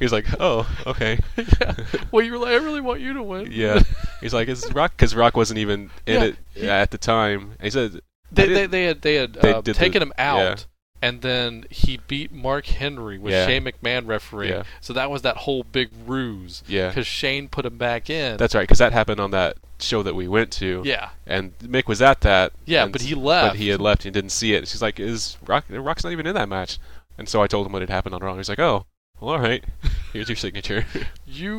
B: He was like, Oh, okay.
A: (laughs) yeah. Well, you were like, I really want you to win.
B: yeah. He's like, Is Rock? Because Rock wasn't even in
A: Yeah,
B: it
A: he-
B: at the time. And he said,
A: They,
B: I did-
A: they, they had they had
B: They
A: uh,
B: did
A: taken
B: the-
A: him out, and then he beat Mark Henry with
B: Yeah.
A: Shane McMahon refereeing.
B: Yeah.
A: So that was that whole big ruse
B: Yeah,
A: because Shane put him back in.
B: that's right, because that happened on that show that we went to.
A: yeah,
B: And Mick was at that.
A: yeah.
B: and-
A: But he left.
B: But he had left and didn't see it. She's like, Is Rock? Rock's not even in that match. And so I told him what had happened on Raw. He's like, Oh, well, all right. (laughs) Here's your
A: (laughs)
B: signature.
A: You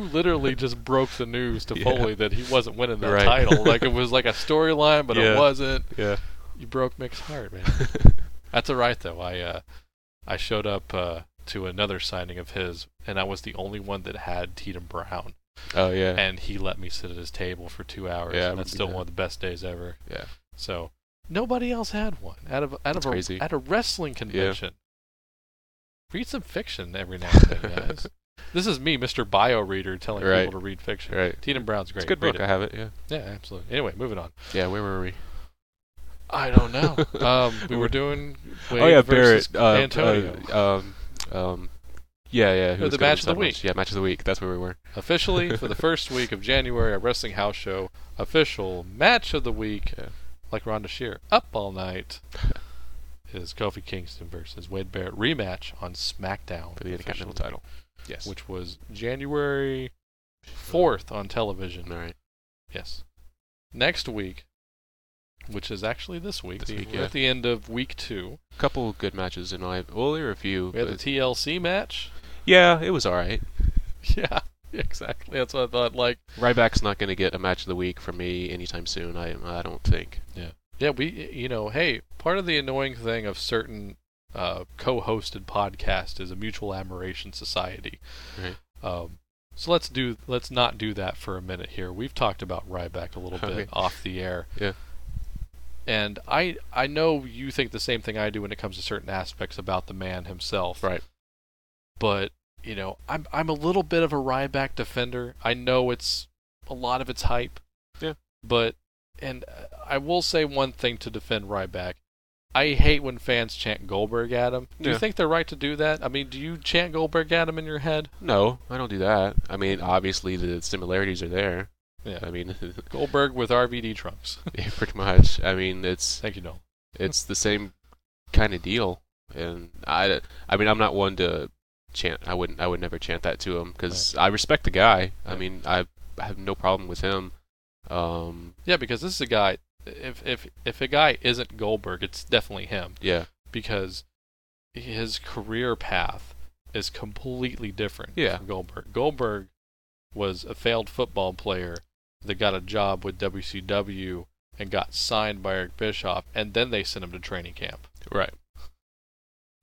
B: (laughs)
A: literally just broke the news to
B: Yeah.
A: Foley that he wasn't winning that
B: Right.
A: title.
B: (laughs)
A: Like it was like a storyline, but it
B: Yeah.
A: wasn't.
B: (laughs) yeah.
A: You broke Mick's heart, man. That's all right though. I uh, I showed up uh, to another signing of his, and I was the only one that had Tatum Brown.
B: Oh, yeah.
A: and he let me sit at his table for two hours.
B: Yeah, I
A: and that's
B: remember
A: still
B: that.
A: one of the best days ever.
B: Yeah.
A: So nobody else had one out of out
B: That's
A: of a,
B: crazy.
A: at a wrestling convention. Read some fiction every now and then,
B: (laughs)
A: guys. this is me, Mr. Bio Reader, telling
B: Right.
A: people to read fiction.
B: Right.
A: Tina Brown's great.
B: It's a good
A: Read
B: book. I have it. Yeah.
A: It. Yeah, absolutely. Anyway, moving on.
B: Yeah. Where were we?
A: I don't (laughs) know. um, we were doing. Wade
B: oh yeah,
A: versus
B: Barrett. Uh,
A: Antonio.
B: uh, um, um, yeah, yeah. who
A: Uh,
B: was
A: the
B: gonna
A: match of the
B: win that
A: week.
B: Yeah, match of the week. That's where we were.
A: Officially, for the first week of January, a wrestling house show. Official match of the week,
B: Yeah.
A: like Ronda Shear, up all night, is Kofi Kingston versus Wade Barrett rematch on SmackDown
B: For the Intercontinental
A: officially,
B: title. Yes.
A: which was January fourth on television.
B: All right.
A: Yes. Next week, which is actually this week,
B: This
A: the-
B: week,
A: we're
B: yeah.
A: at the end of week two,
B: Couple good matches in I. Well, there were a few.
A: we had the
B: but-
A: TLC match. (laughs)
B: yeah, it was all right.
A: Yeah, exactly. That's what I thought. Like.
B: Ryback's not going to get a match of the week from me anytime soon. I I don't think.
A: Yeah, we you know, hey, part of the annoying thing of certain uh, co-hosted podcasts is a mutual admiration society.
B: Right.
A: Um, so let's do let's not do that for a minute here. We've talked about Ryback a little bit
B: Okay.
A: off the air.
B: Yeah.
A: And I I know you think the same thing I do when it comes to certain aspects about the man himself.
B: Right.
A: But you know, I'm I'm a little bit of a Ryback defender. I know it's a lot of it's hype.
B: Yeah.
A: But and uh, I will say one thing to defend Ryback. I hate when fans chant Goldberg at him. Do you
B: Yeah.
A: think they're right to do that? I mean, do you chant Goldberg at him in your head?
B: No, I don't do that. I mean, obviously the similarities are there.
A: Yeah.
B: I mean, (laughs)
A: Goldberg with RVD trunks.
B: pretty much. I mean, it's
A: Thank you, Noel.
B: it's the same kind of deal. And I, I mean, I'm not one to chant. I wouldn't. I would never chant that to him because I respect the guy. I
A: Right.
B: mean, I, I have no problem with him. Um,
A: Yeah, because this is a guy. If if if a guy isn't Goldberg, it's definitely him
B: yeah,
A: because his career path is completely different
B: Yeah.
A: from Goldberg. Goldberg was a failed football player that got a job with WCW and got signed by Eric Bischoff, and then they sent him to training camp.
B: Right.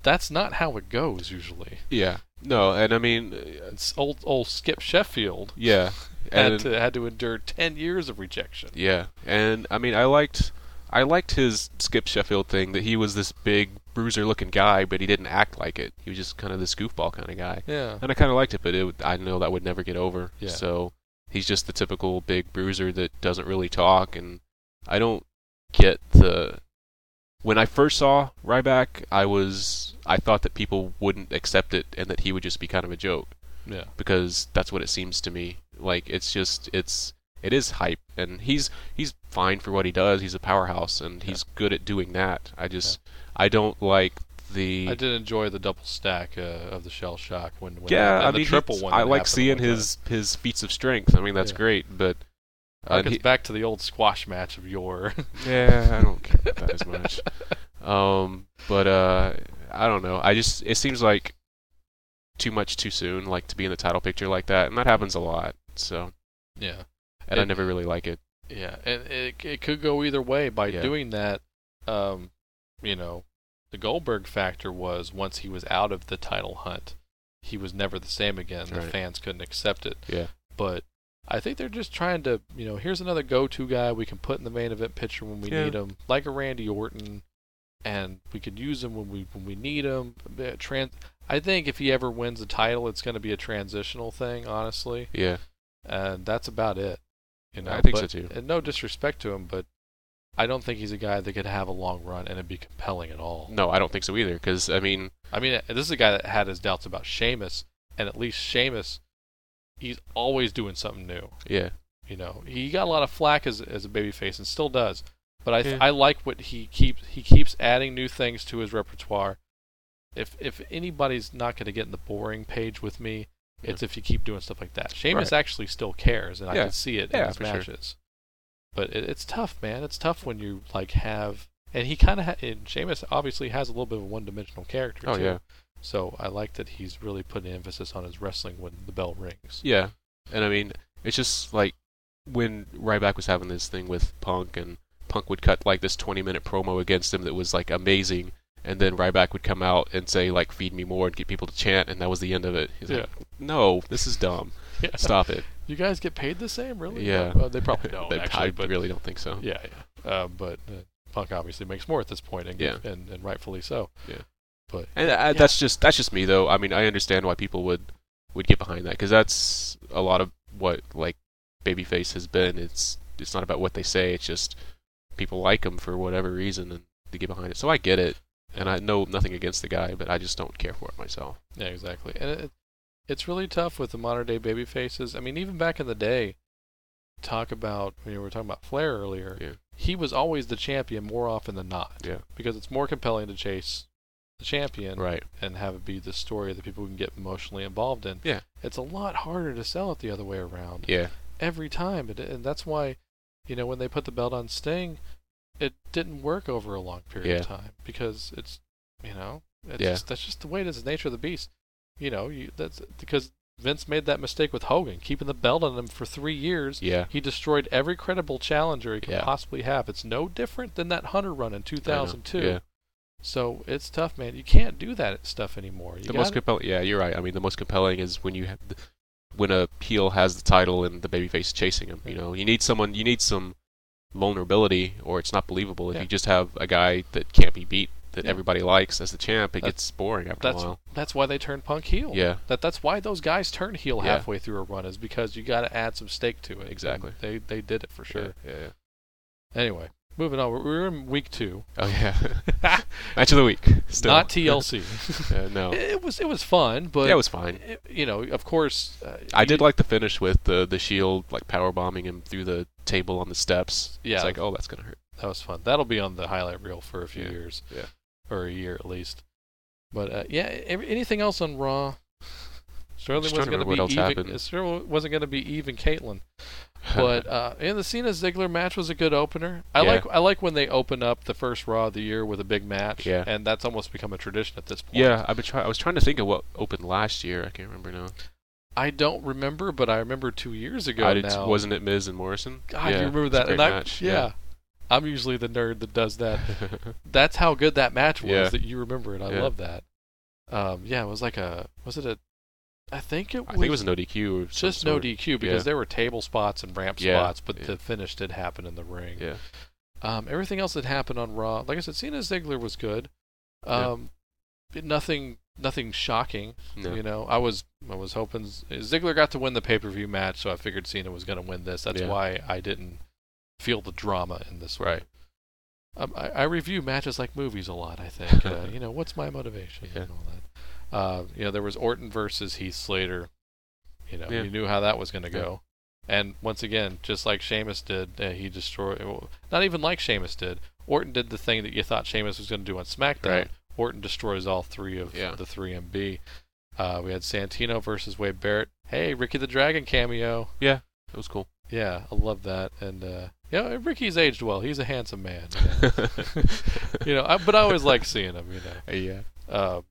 A: That's not how it goes usually.
B: Yeah. No, and I mean, uh,
A: It's old old Skip Sheffield (laughs)
B: yeah.
A: had
B: And,
A: to had to endure ten years of rejection.
B: yeah. And I mean, I liked I liked his Skip Sheffield thing that he was this big bruiser-looking guy, but he didn't act like it. He was just kind of this goofball kind of guy.
A: Yeah.
B: And I kind of liked it, but it, would- I know that would never get over.
A: Yeah.
B: So he's just the typical big bruiser that doesn't really talk, and I don't get the. When I first saw Ryback, I was I thought that people wouldn't accept it and that he would just be kind of a joke
A: Yeah.
B: because that's what it seems to me. Like it's just it's it is hype, and he's he's fine for what he does. He's a powerhouse, and he's good at doing that. I just I don't like the
A: I did enjoy the double stack uh, of the shell shock when, when
B: yeah,
A: and
B: I
A: the
B: mean,
A: triple
B: he's-
A: one.
B: I
A: that
B: like
A: happened uh,
B: seeing
A: one time.
B: his his feats of strength. I mean, that's
A: Yeah.
B: great, but uh,
A: Like it's
B: he-
A: back to the old squash match of yore. (laughs)
B: (laughs) yeah, I don't care about that as much. Um, but uh, I don't know. I just it seems like too much too soon, like to be in the title picture like that, and that happens a lot. So,
A: yeah,
B: and I
A: It-
B: never really like it.
A: yeah, and it it could go either way. By
B: Yeah.
A: doing that, um, you know, the Goldberg factor was once he was out of the title hunt, he was never the same again. The
B: Right.
A: fans couldn't accept it.
B: Yeah.
A: but I think they're just trying to, you know, here's another go-to guy we can put in the main event picture when we
B: Yeah.
A: need him, like a Randy Orton, and we could use him when we when we need him. Uh, Trans- I think if he ever wins the title, it's going to be a transitional thing, honestly,
B: Yeah,
A: and that's about it. You know,
B: I think so
A: but-
B: too.
A: And no disrespect to him, but I don't think he's a guy that could have a long run and it'd be compelling at all.
B: no, I don't think so either. Because I mean,
A: I mean, this is a guy that had his doubts about Sheamus, and at least Sheamus, he's always doing something new.
B: yeah,
A: You know, he got a lot of flack as as a babyface and still does. But I th-
B: Yeah.
A: I like what he keeps he keeps adding new things to his repertoire. If if anybody's not going to get in the boring page with me, it's if you keep doing stuff like that. Sheamus actually still cares, and I
B: Yeah.
A: can see it
B: Yeah,
A: in his
B: for sure.
A: matches. But it, it's tough, man. It's tough when you like have and he kind of ha- and Sheamus obviously has a little bit of a one-dimensional character.
B: oh
A: too.
B: yeah,
A: So I like that he's really putting emphasis on his wrestling when the bell rings.
B: yeah. And I mean, it's just like when Ryback was having this thing with Punk, and Punk would cut like this 20-minute promo against him that was like amazing, and then Ryback would come out and say like "Feed me more" and get people to chant, and that was the end of it. He's like, no, this is dumb.
A: Yeah.
B: Stop it.
A: You guys get paid the same, really?
B: Yeah.
A: Uh,
B: (laughs)
A: they (laughs) probably don't
B: They-
A: actually,
B: I
A: but
B: really don't think so.
A: yeah, yeah. Uh, but uh, Punk obviously makes more at this point, and
B: Yeah.
A: and, and rightfully so.
B: And I, that's just that's just me though. I mean, I understand why people would would get behind that because that's a lot of what like babyface has been. It's it's not about what they say. It's just people like them for whatever reason and they get behind it. So I get it, and I know nothing against the guy, but I just don't care for it myself.
A: Yeah, exactly. And it, it's really tough with the modern day baby faces. I mean, even back in the day, talk about you know, we were talking about Flair earlier.
B: Yeah.
A: He was always the champion more often than not.
B: Yeah.
A: Because it's more compelling to chase the champion
B: Right.
A: and have it be the story that people can get emotionally involved in.
B: Yeah.
A: It's a lot harder to sell it the other way around.
B: Yeah.
A: every time, and, and that's why, you know, when they put the belt on Sting, it didn't work over a long period of time because it's, you know, it's
B: Yeah.
A: just, that's just the way it is. The nature of the beast, you know. You, that's because Vince made that mistake with Hogan, keeping the belt on him for three years.
B: Yeah.
A: He destroyed every credible challenger he could
B: Yeah.
A: possibly have. It's no different than that Hunter run in
B: I know.
A: 2002.
B: Yeah.
A: So it's tough, man. You can't do that stuff anymore. You
B: the most
A: gotta-
B: compelling. Yeah, you're right. I mean, the most compelling is when you have th- when a heel has the title and the babyface chasing him. You know, you need someone. You need some vulnerability, or it's not believable. If
A: Yeah.
B: you just have a guy that can't be beat, that
A: Yeah.
B: everybody likes as the champ, it
A: That's-
B: gets boring after
A: that's
B: a while.
A: that's why they turned Punk heel.
B: Yeah,
A: That that's why those guys turn heel
B: Yeah.
A: halfway through a run is because you got to add some stake to it.
B: Exactly.
A: And They they did it for sure.
B: Yeah, yeah. yeah.
A: Anyway, moving on. We're, we're in week two.
B: Oh
A: (laughs)
B: yeah. (laughs) Match of the week. Still.
A: Not
B: (laughs)
A: TLC.
B: Uh, no.
A: (laughs) It- It was it was fun, but
B: yeah, it was fine.
A: it- you know, of course, uh,
B: I
A: you-
B: did like the finish with the the shield like power bombing him through the table on the steps.
A: Yeah.
B: It's like, oh, that's gonna hurt.
A: that was fun. That'll be on the highlight reel for a few
B: Yeah,
A: years.
B: yeah.
A: Or a year at least. But uh, yeah, every, anything else on Raw? (laughs) Certainly
B: Just trying to
A: wasn't going to
B: remember
A: be
B: what else
A: even.
B: happened.
A: It certainly wasn't going to be even Caitlyn.
B: (laughs)
A: But uh, and the Cena Ziggler match was a good opener. I
B: Yeah.
A: like I like when they open up the first Raw of the year with a big match.
B: Yeah.
A: And that's almost become a tradition at this point.
B: yeah, I've been try- I was trying to think of what opened last year. I can't remember now.
A: I don't remember, but I remember two years ago
B: I did-
A: now.
B: Wasn't it Miz and Morrison?
A: God,
B: yeah,
A: you remember
B: it's a
A: that?
B: great
A: and I,
B: match,
A: yeah. I'm usually the nerd that does
B: (laughs)
A: that.
B: yeah.
A: That's how good that match was
B: Yeah.
A: that you remember it. I
B: Yeah.
A: love that. Um, yeah, it was like a was it a? I think it was,
B: I think it was no DQ or some
A: just no
B: sort.
A: DQ because
B: Yeah.
A: there were table spots and ramp
B: Yeah.
A: spots, but
B: Yeah.
A: the finish did happen in the ring.
B: Yeah.
A: Um, everything else that happened on Raw, like I said, Cena Ziggler was good.
B: Yeah.
A: Um, but nothing, nothing shocking.
B: No.
A: You know, I was I was hoping Ziggler got to win the pay per view match, so I figured Cena was going to win this. That's
B: Yeah.
A: why I didn't feel the drama in this. one.
B: Right.
A: Um, I, I review matches like movies a lot. I
B: (laughs)
A: think uh, you know what's my motivation
B: Yeah.
A: and all that. Uh, you know, there was Orton versus Heath Slater. You know,
B: Yeah.
A: you knew how that was going to
B: Yeah.
A: go. And once again, just like Sheamus did, uh, he destroyed. well, Not even like Sheamus did. Orton did the thing that you thought Sheamus was going to do on SmackDown.
B: Right.
A: Orton destroys all three of
B: Yeah.
A: the three MB. Uh, we had Santino versus Wade Barrett. Hey, Ricky the Dragon cameo.
B: That was (laughs) cool.
A: Yeah, I love that. And uh, yeah, Ricky's aged well. He's a handsome man.
B: (laughs)
A: you know, I, but I always like seeing him. You know,
B: yeah.
A: uh,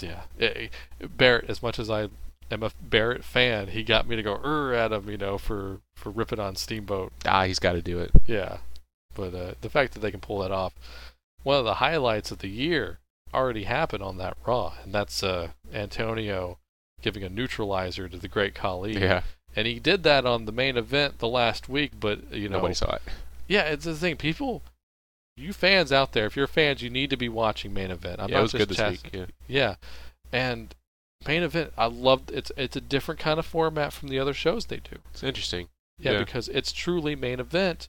A: yeah. Eh, eh, Barrett, as much as I am a Barrett fan, he got me to go er at him. You know, for for ripping on Steamboat.
B: Ah, he's got to do it.
A: Yeah, but uh, the fact that they can pull that off, one of the highlights of the year already happened on that Raw, and that's uh, Antonio giving a neutralizer to the Great Khali.
B: Yeah.
A: And he did that on the main event the last week, but you know,
B: Nobody saw it.
A: yeah, it's the thing. People, you fans out there, if you're fans, you need to be watching main event. I'm
B: yeah,
A: not
B: it was
A: just
B: good this
A: chast-
B: week. Yeah.
A: Yeah, and main event, I love it's it's a different kind of format from the other shows they do.
B: It's interesting.
A: Yeah,
B: Yeah.
A: because it's truly main event.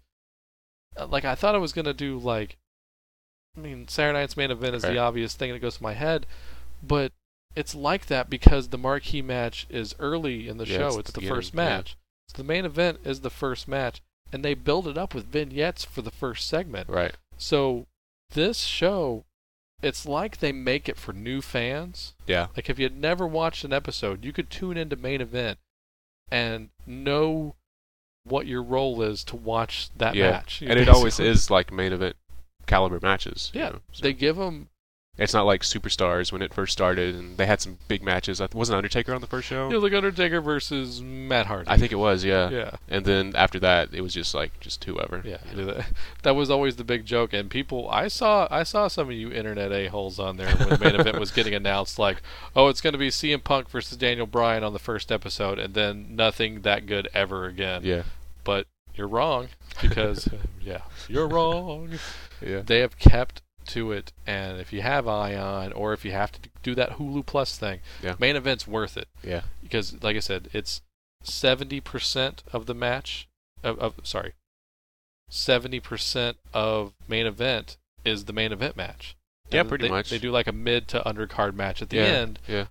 A: Uh, Like I thought I was gonna do like, I mean, Saturday night's main event is
B: Right.
A: the obvious thing that goes to my head, but it's like that because the marquee match is early in the
B: Yeah,
A: show.
B: it's
A: It's,
B: the
A: the,
B: beginning,
A: first
B: yeah.
A: match. So the main event is the first match, and they build it up with vignettes for the first segment.
B: Right.
A: So this show, it's like they make it for new fans.
B: Yeah.
A: Like if you had never watched an episode, you could tune into main event and know what your role is to watch that
B: yeah.
A: match.
B: and it
A: (laughs)
B: always is like main event caliber matches. you
A: Yeah,
B: know, so.
A: They give them.
B: It's not like superstars when it first started, and they had some big matches. I th- Wasn't Undertaker on the first show?
A: You know, like Undertaker versus Matt Hardy.
B: I think uh, it was, yeah.
A: Yeah,
B: And then after that, it was just like just whoever.
A: yeah. I do that. (laughs) that was always the big joke, and people. I saw, I saw some of you internet a holes on there when main event was getting announced, like, oh, it's going to be CM Punk versus Daniel Bryan on the first episode, and then nothing that good ever again.
B: Yeah.
A: But you're wrong (laughs) because, yeah, you're wrong.
B: Yeah.
A: they have kept to it and if you have ion or if you have to do that hulu plus thing
B: Yeah.
A: main event's worth it
B: Yeah.
A: because like i said it's 70% of the match of, of sorry 70% of main event is the main event match
B: Yeah,
A: And
B: pretty
A: they-
B: much.
A: they do like a mid to undercard match at the
B: Yeah.
A: end
B: Yeah.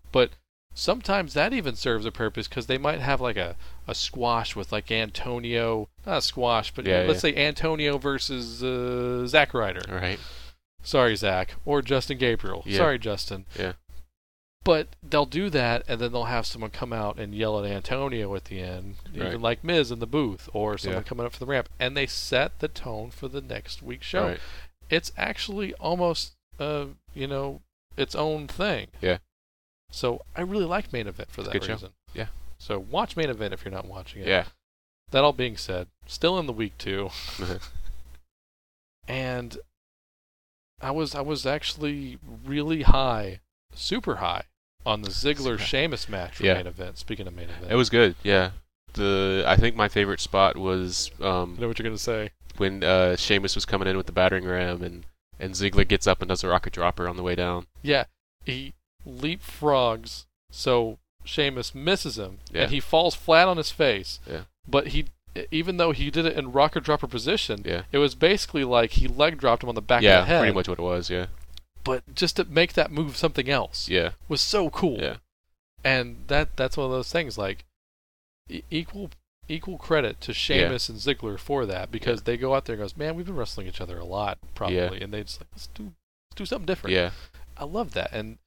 A: sometimes that even serves a purpose because they might have like a, a squash with like antonio not a squash but
B: Yeah,
A: let's say antonio versus uh, zack ryder
B: All right.
A: Sorry, Zach. Or Justin Gabriel.
B: Yeah.
A: Sorry, Justin.
B: Yeah.
A: But they'll do that, and then they'll have someone come out and yell at Antonio at the end,
B: Right.
A: even like Miz in the booth, or someone
B: Yeah.
A: coming up for the ramp, and they set the tone for the next week's show.
B: Right.
A: It's actually almost, uh, you know, its own thing.
B: Yeah.
A: So I really like main event for
B: It's a
A: that
B: good show.
A: reason.
B: Yeah.
A: So watch main event if you're not watching it.
B: Yeah.
A: That all being said, still in the week two,
B: Uh-huh.
A: (laughs) and I was I was actually really high, super high on the Ziggler Sheamus match for
B: Yeah.
A: main event. Speaking of main event,
B: It was good. Yeah. The I think my favorite spot was
A: I
B: um,
A: know what you're gonna say.
B: when uh, Sheamus was coming in with the battering ram and and Ziggler gets up and does a rocket dropper on the way down.
A: Yeah, he leapfrogs, so Sheamus misses him,
B: Yeah.
A: and he falls flat on his face.
B: Yeah.
A: But he, even though he did it in rocket dropper position,
B: Yeah.
A: it was basically like he leg dropped him on the back
B: yeah.
A: of the head.
B: Pretty much what it was. Yeah.
A: But just to make that move something else
B: Yeah.
A: was so cool.
B: Yeah.
A: and that that's one of those things like e- equal equal credit to Sheamus and Ziggler for that because they go out there and goes, man, we've been wrestling each other a lot probably, and they just like let's do let's do something different.
B: Yeah.
A: I love that, and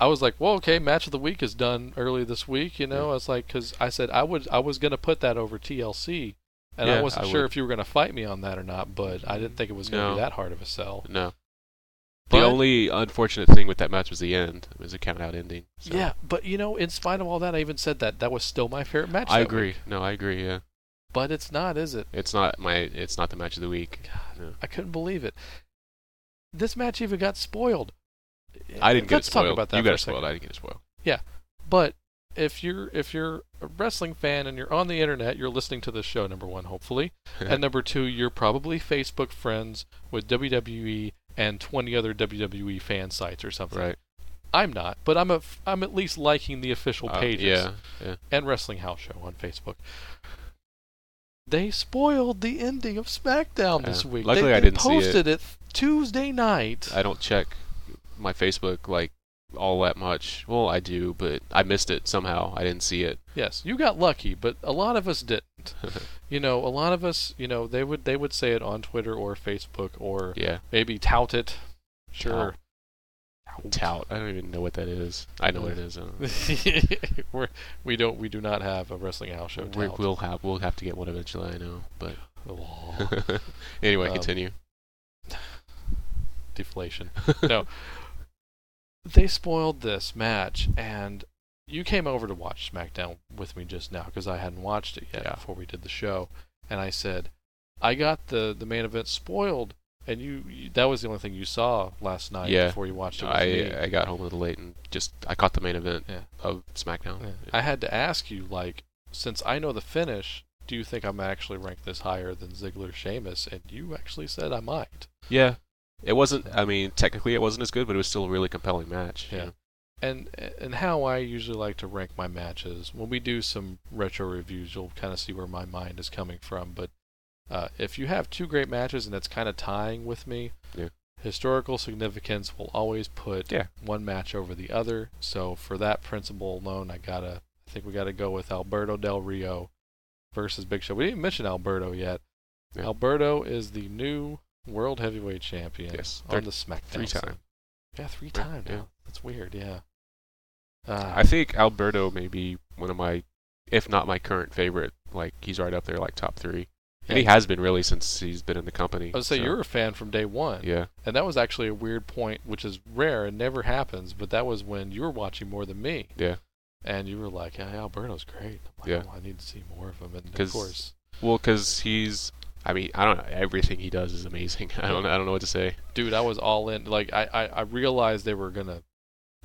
A: I was like, well, okay, match of the week is done early this week. You know, I was like, because I said I would, I was gonna put that over TLC, and I
B: Yeah,
A: wasn't
B: I
A: sure
B: would.
A: if you were gonna fight me on that or not. But I didn't think it was gonna
B: No.
A: be that hard of a sell.
B: No.
A: But-
B: the only unfortunate thing with that match was the end. It was a count out ending. So.
A: Yeah, but you know, in spite of all that, I even said that that was still my favorite match.
B: I
A: that
B: agree.
A: week.
B: No, I agree. Yeah,
A: but it's not, is it?
B: it's not my. It's not the match of the week. No.
A: I couldn't believe it. This match even got spoiled.
B: I didn't get
A: Let's
B: it spoiled.
A: talk about that.
B: you
A: for
B: got
A: a
B: it spoiled.
A: second.
B: I didn't get it spoiled.
A: But if you're if you're a wrestling fan and you're on the internet, you're listening to this show. Number
B: (laughs)
A: one, hopefully, and number two, you're probably Facebook friends with WWE and 20 other WWE fan sites or something.
B: right.
A: I'm not, but I'm a f- I'm at least liking the official
B: Uh,
A: pages
B: yeah.
A: and Wrestling House Show on Facebook. They spoiled the ending of SmackDown this
B: Yeah.
A: week.
B: Luckily,
A: they,
B: I
A: they
B: didn't see it.
A: posted it. Tuesday night.
B: I don't check my Facebook like all that much. Well, I do, but I missed it somehow. I didn't see
A: (laughs)
B: it.
A: Yes, you got lucky, but a lot of us didn't. you know, a lot of us, you know, they would they would say it on Twitter or Facebook or
B: Yeah.
A: maybe tout it. Sure.
B: Tout. I don't even know what that is. I know what it is. I don't know.
A: (laughs) We're, we don't we do not have a wrestling house show
B: We,
A: tout.
B: we'll have we'll have to get one eventually. I know,
A: (laughs)
B: but (laughs)
A: Aw,
B: anyway,
A: Um,
B: continue. (laughs)
A: deflation. No. They spoiled this match and you came over to watch SmackDown with me just now because I hadn't watched it yet
B: Yeah.
A: before we did the show and I said I got the the main event spoiled and you, you that was the only thing you saw last night
B: Yeah.
A: before you watched it with me.
B: I I got home a little late and just I caught the main event
A: Yeah.
B: of SmackDown. Yeah.
A: I had to ask you, like, since I know the finish, do you think I'm actually ranked this higher than Ziggler Sheamus? And you actually said I might.
B: Yeah. It wasn't. I mean, technically, it wasn't as good, but it was still a really compelling match. you
A: Yeah.
B: know.
A: And and how I usually like to rank my matches. When we do some retro reviews, you'll kind of see where my mind is coming from. But uh, if you have two great matches and it's kind of tying with me,
B: Yeah.
A: historical significance will always put
B: Yeah.
A: one match over the other. So for that principle alone, I gotta. I think we gotta go with Alberto Del Rio versus Big Show. We didn't mention Alberto yet.
B: Yeah.
A: Alberto is the new world heavyweight champion
B: Yes,
A: on
B: thir-
A: the SmackDown.
B: Three
A: side.
B: times.
A: Yeah, three
B: Yeah,
A: times.
B: yeah.
A: now. That's weird. Yeah. Uh,
B: I think Alberto may be one of my, if not my current favorite. Like he's right up there, like top three, and he
A: Yeah.
B: has been really since he's been in the company.
A: I would say
B: so-
A: you're a fan from day one,
B: Yeah,
A: and that was actually a weird point, which is rare and never happens. But that was when you were watching more than me,
B: yeah.
A: and you were like, "Yeah, Alberto's great." I'm like,
B: Yeah.
A: "Oh, I need to see more of him." And of
B: 'Cause-
A: course,
B: Well, because he's. I mean, I don't know. Everything he does is amazing. (laughs) I don't. I don't know what to say.
A: dude, I was all in. Like, I I, I realized they were gonna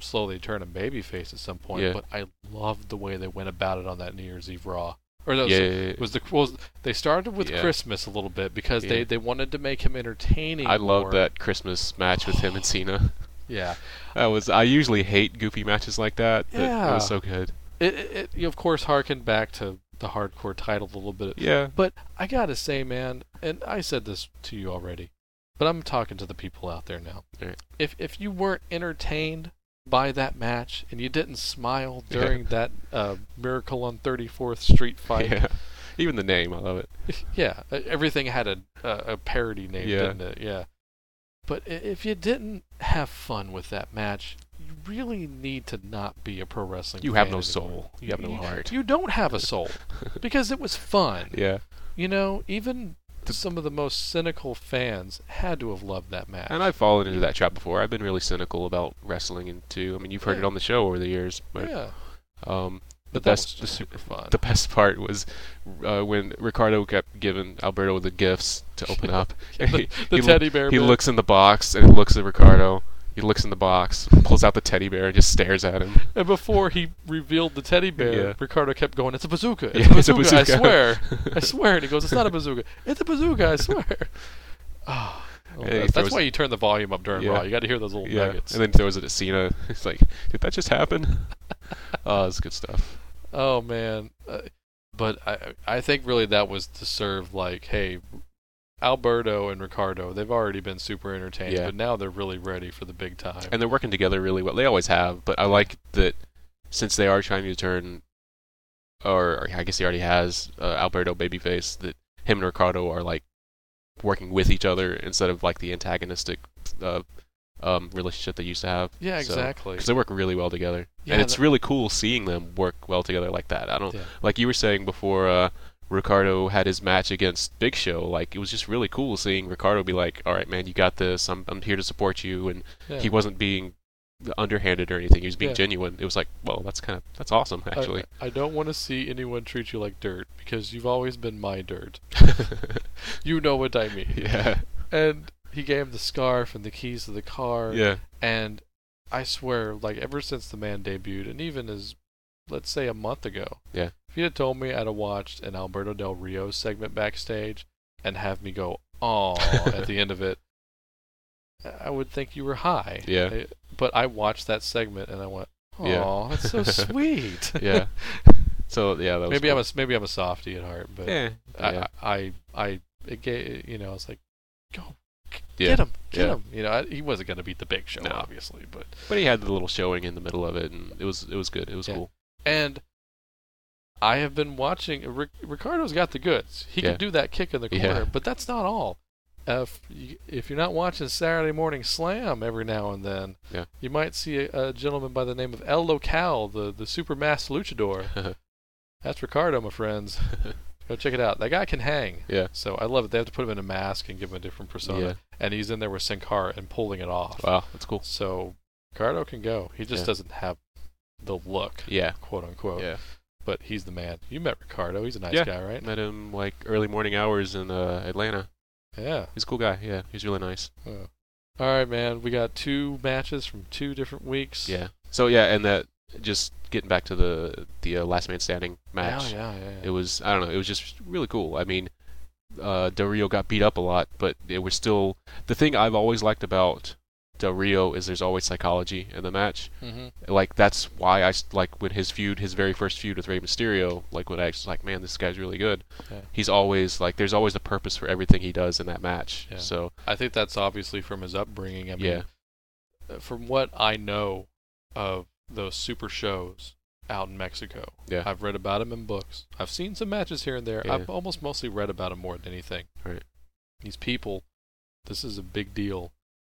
A: slowly turn him babyface at some point,
B: Yeah.
A: but I loved the way they went about it on that New Year's Eve Raw. Or that was,
B: yeah, yeah,
A: was the was they started with
B: Yeah.
A: Christmas a little bit because they,
B: Yeah.
A: they wanted to make him entertaining.
B: yeah. I love
A: more.
B: that Christmas match with him and Cena.
A: Yeah.
B: That was. I usually hate goofy matches like that, but it
A: Yeah.
B: was so good.
A: It, it, it you of course harkened back to the hardcore title a little bit.
B: Yeah.
A: But I gotta say, man, and I said this to you already, but I'm talking to the people out there now.
B: Alright.
A: If if you weren't entertained by that match and you didn't smile
B: Yeah.
A: during that uh, Miracle on 34th
B: (laughs)
A: Street fight,
B: Yeah. Even the name, I love it.
A: (laughs) yeah, e- everything had a a, a parody name,
B: Yeah.
A: didn't it? Yeah. But i- if you didn't have fun with that match, you really need to not be a pro wrestling.
B: You have
A: fan
B: no
A: anymore.
B: soul. You have no heart.
A: You don't have
B: (laughs)
A: a soul because it was fun.
B: Yeah.
A: You know, even some of the most cynical fans had to have loved that match.
B: And I've fallen into that trap before. I've been really cynical about wrestling and too. I mean, you've heard it
A: Yeah.
B: on the show over the years, but
A: yeah,
B: um, the
A: but that was
B: best the,
A: just super fun.
B: the best part was uh, when Ricardo kept giving Alberto the gifts to open up.
A: (laughs) the,
B: he,
A: the
B: he loo-
A: teddy bear.
B: he
A: bit.
B: looks in the box and he looks at Ricardo. He looks in the box, pulls out the teddy bear, and just stares at him.
A: and before he revealed the teddy bear,
B: Yeah.
A: Ricardo kept going, "It's a bazooka!
B: (laughs)
A: It's,
B: Yeah,
A: a,
B: it's a
A: bazooka, I
B: bazooka." (laughs)
A: swear! I swear!" And he goes, "It's not a bazooka! It's a bazooka! I swear!" Ah, well,
B: And he
A: that's, that's
B: throws-
A: why you turn the volume up during
B: Oh, Yeah.
A: Raw. You got to hear those little
B: Yeah,
A: nuggets.
B: and then throws it at Cena. (laughs) It's like, did that just
A: (laughs)
B: happen? oh, it's good stuff.
A: Oh man, uh, but I I think really that was to serve like, hey, Alberto and Ricardo, they've already been super entertained,
B: Yeah.
A: but now they're really ready for the big time.
B: and they're working together really well. They always have, but I like that since they are trying to turn, or, or I guess he already has uh, Alberto babyface. That him and Ricardo are like working with each other instead of like the antagonistic uh, um, relationship they used to have.
A: Yeah, exactly.
B: Because they work really well together,
A: Yeah,
B: and it's
A: the-
B: really cool seeing them work well together like that. I don't
A: Yeah.
B: like you were saying before. Uh, Ricardo had his match against Big Show. Like it was just really cool seeing Ricardo be like, "All right, man, you got this. I'm I'm here to support you." And
A: Yeah.
B: he wasn't being underhanded or anything. He was being
A: Yeah. Oh,
B: genuine. It was like, well, that's kind of that's awesome
A: I-
B: (laughs) actually.
A: I, don't want to see anyone treat you like dirt because you've always been my dirt. You know what I mean.
B: (laughs) yeah,
A: And he gave him the scarf and the keys to the car.
B: yeah,
A: And I swear, like ever since the man debuted, and even as let's say a month ago,
B: Yeah.
A: if you had told me I'd have watched an Alberto Del Rio segment backstage and have me go
B: (laughs)
A: "aw" at the end of it, I would think you were high.
B: Yeah.
A: I- but I watched that segment and I went, "Aw,
B: Yeah.
A: that's
B: (laughs)
A: so sweet." (laughs)
B: yeah. So yeah, that was
A: maybe
B: cool.
A: I'm a maybe I'm a softie at heart, but
B: yeah, yeah,
A: I, I I it gave, you know I was like, "Go
B: yeah.
A: get him, get
B: yeah.
A: him." You know, I, he wasn't gonna beat the big show,
B: No.
A: obviously, but.
B: But he had the little showing in the middle of it, and it was it was good. It was
A: Yeah.
B: cool. (laughs)
A: And I have been watching. uh, Ric- Ricardo's got the goods. He
B: Yeah.
A: can do that kick in the corner,
B: Yeah.
A: but that's not all. Uh, if, you, if you're not watching Saturday Morning Slam every now and then,
B: Yeah.
A: you might see a, a gentleman by the name of El Local, the, the supermass luchador. that's Ricardo, my friends. Go check it out. That guy can hang.
B: Yeah.
A: So I love it. They have to put him in a mask and give him a different persona.
B: Yeah.
A: And he's in there with Sin Cara and pulling it off.
B: Wow, that's cool.
A: So Ricardo can go. He just
B: Yeah.
A: doesn't have the look,
B: Yeah,
A: quote unquote
B: yeah.
A: but he's the man. You met Ricardo. He's a nice
B: Yeah.
A: guy, right?
B: Met him like early morning hours in uh, Atlanta.
A: Yeah.
B: He's a cool guy. Yeah, he's really nice.
A: Oh. All right, man. We got two matches from two different weeks.
B: Yeah. So yeah, and that just getting back to the the uh, last man standing match.
A: Oh, Yeah, yeah, yeah.
B: It was I don't know. It was just really cool. I mean, uh, Del Rio got beat up a lot, but it was still the thing I've always liked about Del Rio is there's always psychology in the match.
A: hmm
B: Like that's why I s- like when his feud, his very first feud with Rey Mysterio. Like when I was like, man, this guy's really good.
A: Yeah.
B: He's always like, there's always a purpose for everything he does in that match.
A: Yeah.
B: So
A: I think that's obviously from his upbringing. I
B: yeah,
A: mean, uh, from what I know of those super shows out in Mexico,
B: Yeah.
A: I've read about him in books. I've seen some matches here and there.
B: Yeah.
A: I've almost mostly read about him more than anything.
B: Right.
A: These people, this is a big deal,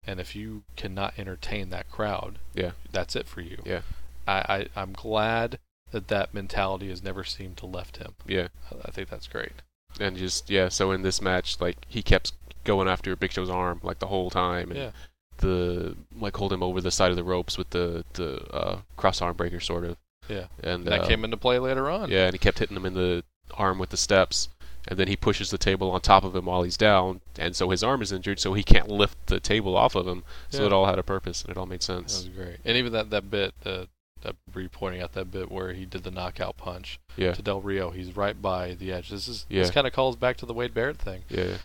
A: and if you cannot entertain that crowd,
B: Yeah.
A: that's it for you.
B: Yeah.
A: I, I I'm glad that that mentality has never seemed to left him.
B: yeah.
A: I- I think that's great.
B: and just yeah. So in this match, like he kept going after Big Show's arm like the whole time, and
A: Yeah.
B: the like hold him over the side of the ropes with the the uh, cross arm breaker sort of.
A: Yeah.
B: and
A: And that
B: uh,
A: came into play later on.
B: yeah, and he kept hitting him in the arm with the steps, and then he pushes the table on top of him while he's down, and so his arm is injured, so he can't lift the table off of him. So
A: Yeah.
B: it all had a purpose, and it all made
A: That was
B: sense.
A: great. And even that that bit, uh, that re pointing out that bit where he did the knockout punch
B: Yeah.
A: to Del Rio. He's right by the edge. This is this
B: Yeah.
A: kind of calls back to the Wade Barrett thing.
B: Yeah,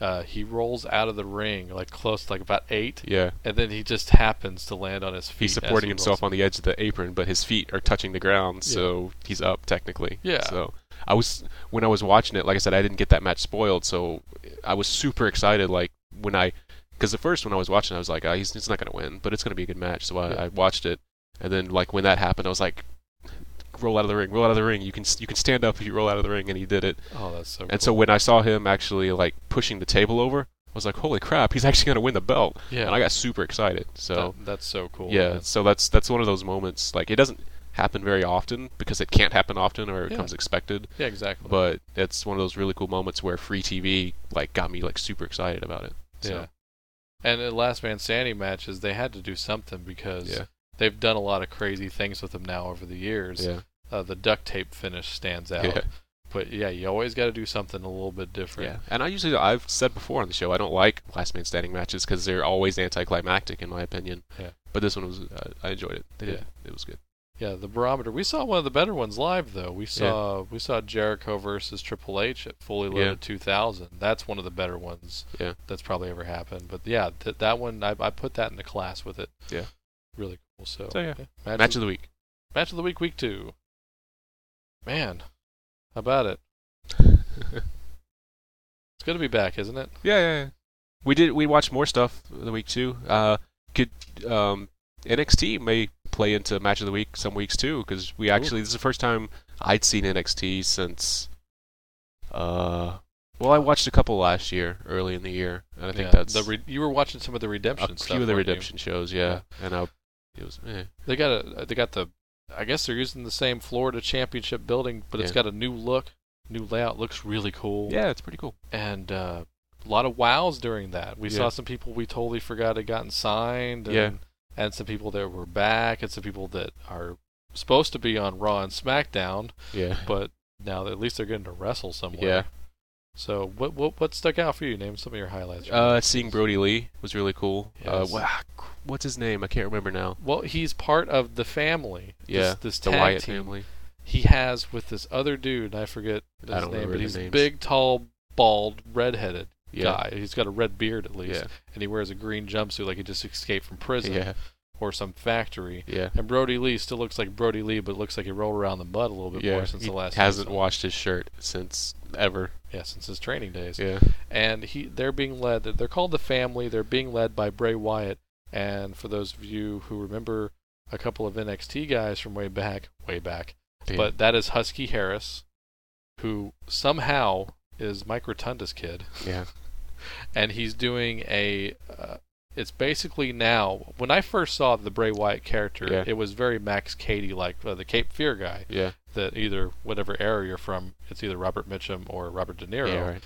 A: Uh, he rolls out of the ring like close, to like about eight,
B: yeah.
A: and then he just happens to land on his feet.
B: He's
A: as
B: supporting
A: he rolls.
B: himself on the edge of the apron, but his feet are touching the ground,
A: Yeah.
B: so he's up technically.
A: Yeah.
B: So I was when I was watching it, like I said, I didn't get that match spoiled, so I was super excited. Like when I, because at first when I was watching, I was like, oh, he's, he's not gonna win, but it's gonna be a good match. So I,
A: Yeah.
B: I watched it, and then like when that happened, I was like, roll out of the ring, roll out of the ring. You can s- you can stand up if you roll out of the ring, and he did it.
A: Oh, that's so.
B: And so when I saw him actually like pushing the table over, I was like, holy crap, he's actually gonna win the belt,
A: cool. yeah,
B: and I got super excited. So.
A: that, that's so cool.
B: Yeah,
A: man.
B: so that's that's one of those moments. Like it doesn't happen very often because it can't happen often or it
A: Yeah.
B: comes expected.
A: yeah, exactly.
B: But it's one of those really cool moments where free TV like got me like super excited about it. So,
A: yeah. And the Last Man Standing matches, they had to do something because
B: Yeah.
A: they've done a lot of crazy things with them now over the years.
B: yeah,
A: Uh, the duct tape finish stands out.
B: yeah,
A: But yeah, you always got to do something a little bit
B: yeah.
A: different.
B: And I usually I've said before on the show I don't like last man standing matches because they're always anticlimactic in my opinion.
A: Yeah.
B: But this one was uh, I enjoyed it. They did.
A: Yeah.
B: It was good.
A: Yeah. the barometer. We saw one of the better ones live though. We saw we saw Jericho versus Triple H at Fully Loaded
B: Yeah.
A: 2000. That's one of the better ones.
B: Yeah.
A: That's probably ever happened. But yeah, th- that one I, I put that in the class with it.
B: Yeah.
A: Really cool. So,
B: So, yeah.
A: Match,
B: Match of
A: of,
B: the week.
A: match of the week, week two. Man, how about it? (laughs) It's gonna be back, isn't it?
B: Yeah, yeah, yeah. We did. We watched more stuff the week too. Uh, could um, NXT may play into match of the week some weeks too because we actually this is the first time I'd seen NXT since uh Well, I watched a couple last year, early in the year, and I think
A: Yeah,
B: that's
A: the re- you were watching some of the
B: a
A: redemption
B: few
A: stuff.
B: of the
A: weren't you?
B: redemption shows. Yeah, and I, it was eh.
A: They got a they got the I guess they're using the same Florida Championship building, but it's
B: Yeah.
A: got a new look, new layout. Looks really cool.
B: yeah, it's pretty cool.
A: And uh, a lot of wows during that. We
B: Yeah.
A: saw some people we totally forgot had gotten signed. And,
B: Yeah.
A: And some people that were back, and some people that are supposed to be on Raw and SmackDown,
B: Yeah.
A: but now at least they're getting to wrestle somewhere.
B: Yeah.
A: So what what what stuck out for you? Name some of your highlights. from
B: Uh,
A: that.
B: seeing Brody Lee was really cool. Uh,
A: Yes.
B: wha- what's his name? I can't remember now.
A: Well, he's part of the family. This-
B: Yeah,
A: This,
B: The
A: tag
B: Wyatt
A: team
B: family.
A: he has with this other dude. and I forget his
B: I don't
A: name,
B: remember
A: but
B: the
A: he's a
B: names.
A: big, tall, bald, redheaded
B: Yeah.
A: guy. He's got a red beard at least,
B: Yeah.
A: and he wears a green jumpsuit like he just escaped from prison
B: Yeah.
A: or some factory.
B: Yeah.
A: And Brody Lee still looks like Brody Lee, but looks like he rolled around the mud a little bit
B: Yeah.
A: more since
B: he
A: the last
B: hasn't
A: episode.
B: washed his shirt since ever.
A: yeah since his training days.
B: Yeah.
A: and he they're being led they're called the family they're being led by Bray Wyatt and for those of you who remember a couple of NXT guys from way back way back
B: Yeah.
A: but that is Husky Harris who somehow is Mike Rotunda's kid
B: yeah.
A: and he's doing a uh, it's basically now when I first saw the Bray Wyatt character
B: Yeah.
A: it was very Max Cady like uh, the Cape Fear guy
B: Yeah.
A: that either whatever era you're from it's either Robert Mitchum or Robert De Niro
B: Yeah. Right.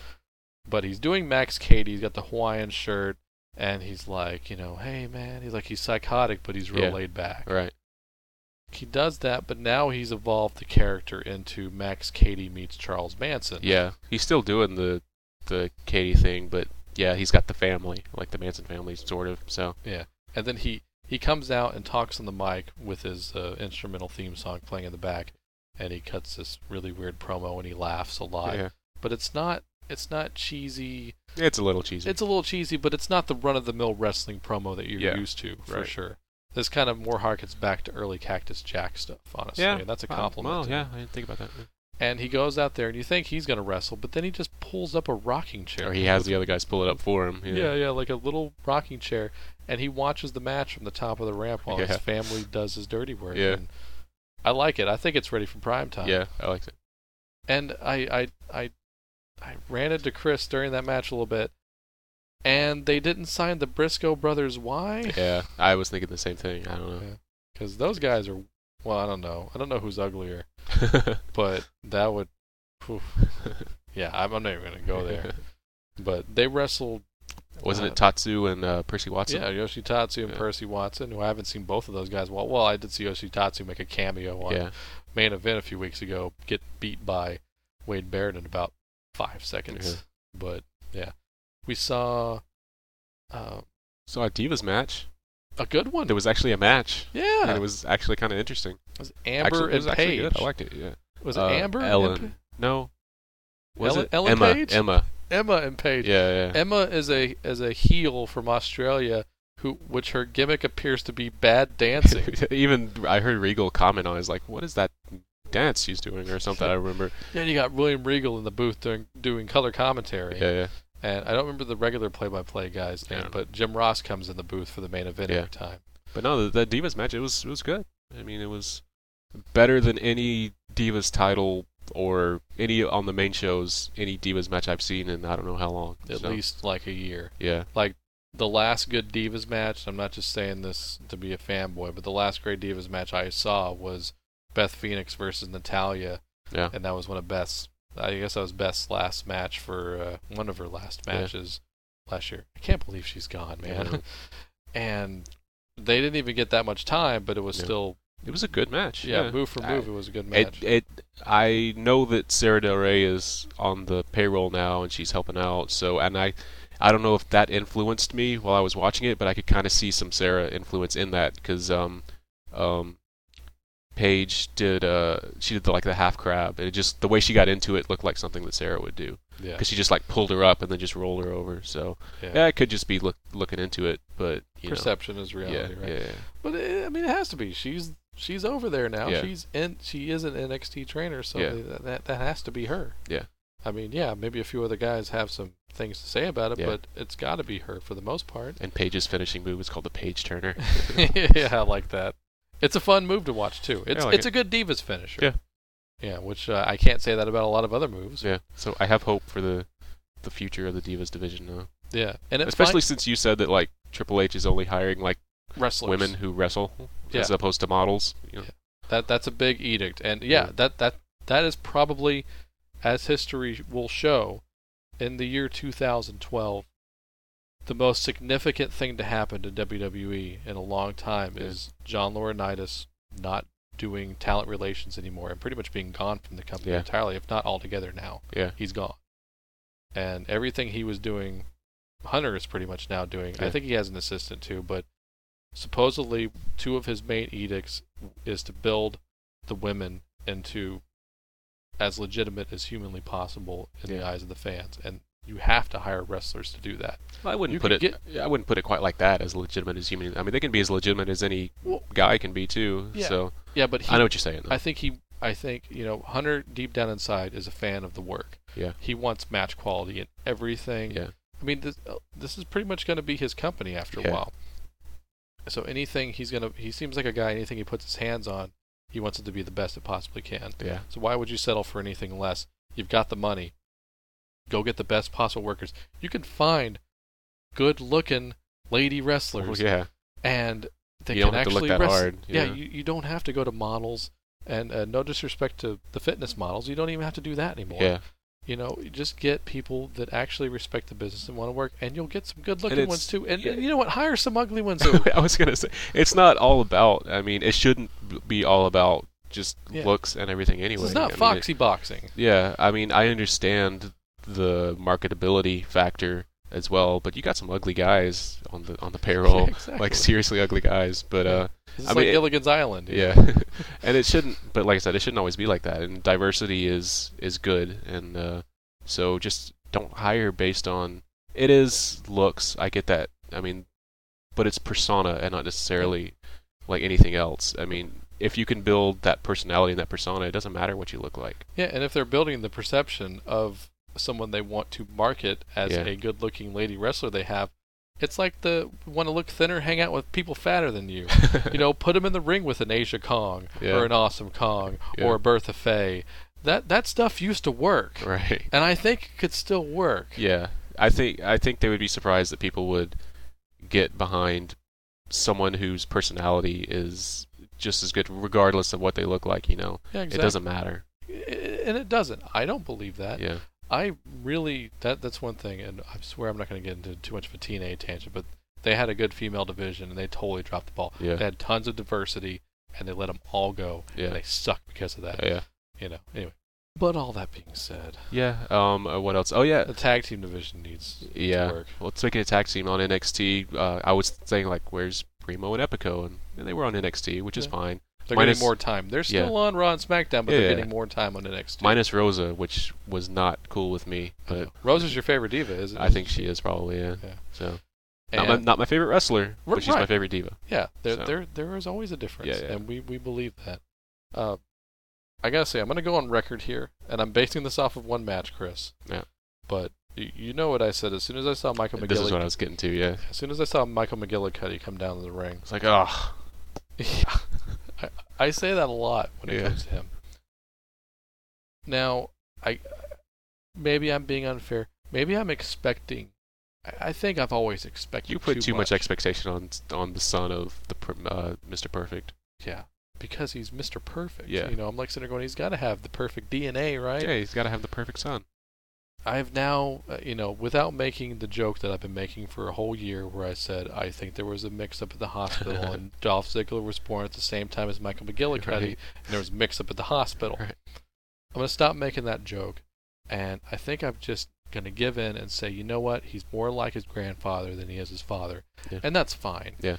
A: but he's doing Max Cady. He's got the Hawaiian shirt, and he's like, you know, hey man, he's like he's psychotic, but he's real
B: Yeah.
A: laid back.
B: Right.
A: He does that, but now he's evolved the character into Max Cady meets Charles Manson.
B: Yeah. He's still doing the the Katie thing, but yeah, he's got the family, like the Manson family, sort of. So
A: and then he he comes out and talks on the mic with his uh, instrumental theme song playing in the back, and he cuts this really weird promo and he laughs a lot.
B: yeah.
A: But it's not it's not cheesy.
B: It's a little cheesy.
A: It's a little cheesy, but it's not the run of the mill wrestling promo that you're
B: Yeah,
A: used to for
B: right.
A: sure. This kind of more harkens back to early Cactus Jack stuff, honestly.
B: Yeah.
A: And that's a
B: Oh,
A: compliment.
B: Well,
A: to
B: yeah,
A: him.
B: I didn't think about that.
A: And he goes out there, and you think he's going to wrestle, but then he just pulls up a rocking chair.
B: Or he has the other guys pull it up for him.
A: yeah. yeah, like a little rocking chair, and he watches the match from the top of the ramp while
B: Yeah.
A: his family does his dirty work.
B: Yeah.
A: And I like it. I think it's ready for prime time.
B: Yeah, I like
A: (laughs)
B: it.
A: and I I I I ran into Chris during that match a little bit, and they didn't sign the Briscoe brothers. Why?
B: (laughs) Yeah, I was thinking the same thing. I don't
A: Because those guys are. Well, I don't know. I don't know who's uglier,
B: know.
A: but that would. phew. Yeah, I'm, I'm not even gonna (laughs) go
B: (laughs)
A: there. But they wrestled.
B: Wasn't
A: Uh,
B: it Tatsu and uh, Percy Watson?
A: Yeah, Yoshitatsu and
B: Yeah.
A: Percy Watson, who I haven't seen both of those guys. Well, well, I did see Yoshitatsu make a cameo on
B: Yeah,
A: main event a few weeks ago, get beat by Wade Barrett in about five seconds.
B: Mhm.
A: But yeah, we saw uh,
B: So a divas match.
A: a good one.
B: There was actually a match,
A: yeah,
B: and
A: it
B: it
A: was,
B: was actually kind of interesting.
A: Amber
B: actually, it was
A: and
B: actually
A: Paige.
B: good. I liked it. Yeah.
A: Was it
B: Uh,
A: Amber? and
B: Ellen.
A: Pa-
B: No. Was
A: Ellen-
B: it
A: Ellen
B: Emma?
A: Page?
B: Emma.
A: Emma and Paige.
B: Yeah, yeah.
A: Emma is a is a heel from Australia, who which her gimmick appears to be bad
B: (laughs)
A: dancing.
B: Even I heard Regal comment on. it, He's like, "What is that dance she's doing?" or something. I
A: (laughs)
B: remember.
A: then you got William Regal in the booth doing doing color commentary.
B: Yeah, yeah.
A: And I don't remember the regular play by play guy's name,
B: Yeah.
A: but Jim Ross comes in the booth for the main event
B: Yeah.
A: every time.
B: But no, the, the Divas match it was it was good. I mean, it was better than any Divas title or any on the main shows any Divas match I've seen in I don't know how long.
A: At
B: So,
A: least like a year.
B: yeah,
A: the last good divas match i'm not just saying this to be a fanboy but the last great divas match i saw was beth phoenix versus natalia
B: Yeah.
A: and that was one of beth's i guess that was beth's last match for uh, one of her last
B: Yeah.
A: matches last year i can't believe she's gone man
B: Yeah.
A: (laughs) and they didn't even get that much time but it was
B: Yeah.
A: still
B: it was a good match.
A: yeah, move for
B: I-
A: move it was a good match
B: It, it I know that Sarah Del Rey is on the payroll now and she's helping out. So and I I don't know if that influenced me while I was watching it, but I could kind of see some Sarah influence in that because um um Paige did uh she did the, like the half crab and it just the way she got into it looked like something that Sarah would do
A: yeah
B: because she just like pulled her up and then just rolled her over. So
A: Yeah.
B: yeah, it could just be look, looking into it, but you
A: perception is
B: know,
A: reality
B: yeah,
A: right
B: yeah, yeah,
A: But it, I mean, it has to be. She's she's over there now.
B: Yeah.
A: She's in. She is an NXT trainer, so
B: Yeah.
A: that, that that has to be her.
B: Yeah.
A: I mean, yeah, maybe a few other guys have some things to say about it,
B: Yeah.
A: but it's got to be her for the
B: (laughs)
A: most part. (laughs)
B: And Paige's finishing move is called the Page Turner.
A: yeah, I like that. It's a fun move to watch too. It's
B: like
A: it's a good divas finisher.
B: Yeah.
A: Yeah, which uh, I can't say that about a lot of other moves.
B: Yeah. So I have hope for the the future of the Divas division now.
A: Yeah, and it
B: Especially since you said that like Triple H is only hiring like
A: find- wrestlers.
B: women who wrestle as
A: Yeah.
B: opposed to models. You know?
A: That that's a big edict, and yeah,
B: Yeah.
A: that that that is probably, as history will show, in the year 2012, the most significant thing to happen to WWE in a long time
B: Yeah.
A: is John Laurinaitis not doing talent relations anymore and pretty much being gone from the company
B: Yeah.
A: entirely, if not altogether. Now,
B: Yeah.
A: he's gone, and everything he was doing, Hunter is pretty much now doing. I
B: Yeah.
A: think he has an assistant too, but supposedly two of his main edicts is to build the women into as legitimate as humanly possible in the
B: Yeah.
A: eyes of the fans, and you have to hire wrestlers to do that.
B: I wouldn't
A: You
B: put
A: could
B: it. I wouldn't put it quite like that as legitimate as human. I mean, they can be as legitimate as any
A: Well-
B: guy can be too.
A: Yeah.
B: So
A: Yeah, but he,
B: I know what you're saying. Though.
A: I think he, I think you know, Hunter deep down inside is a fan of the work.
B: Yeah.
A: he wants match quality in everything.
B: yeah,
A: I mean, this uh, this is pretty much going to be his company after a
B: Yeah.
A: while. So anything he's gonna, he seems like a guy. Anything he puts his hands on, he wants it to be the best it possibly can.
B: yeah,
A: So why would you settle for anything less? You've got the money. Go get the best possible workers. You can find good-looking lady wrestlers,
B: Well, Oh, yeah.
A: and they
B: you
A: can
B: don't have to look
A: actually
B: that
A: wrestle.
B: hard.
A: Yeah, you, you don't have to go to models, and uh, no disrespect to the fitness models, you don't even have to do that anymore.
B: yeah.
A: You know, you just get people that actually respect the business and want to work, and you'll get some
B: And
A: good-looking
B: it's-
A: ones too. And,
B: yeah.
A: and you know what? Hire some ugly
B: (laughs)
A: ones too.
B: I was gonna say it's not all about. I mean, it shouldn't b- be all about just
A: Yeah.
B: looks and everything anyway.
A: this is
B: I
A: not
B: mean,
A: foxy boxing.
B: it- yeah, I mean, I understand the marketability factor as well, but you got some ugly guys on the on the
A: (laughs)
B: payroll,
A: exactly.
B: like seriously ugly guys. But uh,
A: this is
B: I
A: like
B: mean, it-
A: Gilligan's Island. you know?
B: yeah, (laughs) and it shouldn't. But like I said, it shouldn't always be like that. And diversity is is good, and uh, so just don't hire based on it is looks. I get that. I mean, but it's persona and not necessarily like anything else. I mean, if you can build that personality and that persona, it doesn't matter what you look like.
A: Yeah, and if they're building the perception of someone they want to market as
B: Yeah.
A: a good looking lady wrestler they have, it's like the want to look thinner, hang out with people fatter than you. you know, put them in the ring with an Asia Kong
B: (laughs) Yeah.
A: or an Awesome Kong
B: Yeah.
A: or a Bertha Faye. That that stuff used to work,
B: (laughs) right?
A: and I think it could still work.
B: Yeah, I think I think they would be surprised that people would get behind someone whose personality is just as good, regardless of what they look like. You know,
A: Yeah,
B: it doesn't matter.
A: doesn't, and it doesn't. I don't believe that.
B: Yeah,
A: I really that that's one thing, and I swear I'm not going to get into too much of a TNA tangent, but they had a good female division and they totally dropped the ball.
B: Yeah.
A: They had tons of diversity and they let them all go,
B: Yeah.
A: and they suck because of that.
B: yeah,
A: You know, anyway. But all that being said,
B: yeah. Um, uh, what else? Oh yeah,
A: the tag team division needs
B: yeah.
A: to work.
B: Well, speaking of tag team on NXT, uh, I was saying like, where's Primo and Epico, and, and they were on NXT, which is
A: Yeah.
B: fine.
A: They're
B: Minus-
A: getting more time. They're still
B: yeah.
A: on Raw and SmackDown, but
B: Yeah,
A: they're
B: yeah.
A: getting more time on NXT.
B: Minus Rosa, which was not cool with me, but
A: Rose is your favorite diva, isn't
B: I think she is probably yeah.
A: Yeah.
B: So not
A: And,
B: my, not my favorite wrestler,
A: We're
B: but she's my
A: right.
B: favorite diva.
A: yeah, there,
B: so.
A: there there is always a difference,
B: Yeah, yeah.
A: and we, we believe that. Uh, I gotta say, I'm gonna go on record here, and I'm basing this off of one match, Chris.
B: Yeah.
A: But y- you know what I said as soon as I saw Michael
B: This is what I
A: McGillicuddy.
B: was getting to. Yeah,
A: As soon as I saw Michael McGillicuddy come down to
B: (laughs)
A: the ring, (laughs)
B: it's like oh,
A: Yeah. I, I say that a lot when it
B: Yeah.
A: comes to him. Now, I maybe I'm being unfair. Maybe I'm expecting. I, I think I've always expected.
B: you put too, much.
A: much
B: expectation on on the son of the pr- uh, Mr. Perfect.
A: Yeah, because he's Mr. Perfect.
B: Yeah.
A: You know, I'm like sitting there going, he's got to have the perfect DNA, right?
B: Yeah, he's got to have the perfect son.
A: I've now, uh, you know, without making the joke that I've been making for a whole year where I said, I think there was a mix up at
B: (laughs)
A: the hospital and Dolph Ziggler was born at the same time as Michael McGillicuddy
B: Right.
A: and there was a mix up at the hospital.
B: Right.
A: I'm going to stop making that joke and I think I'm just going to give in and say, you know what? He's more like his grandfather than he is his father.
B: Yeah.
A: And that's fine.
B: Yeah.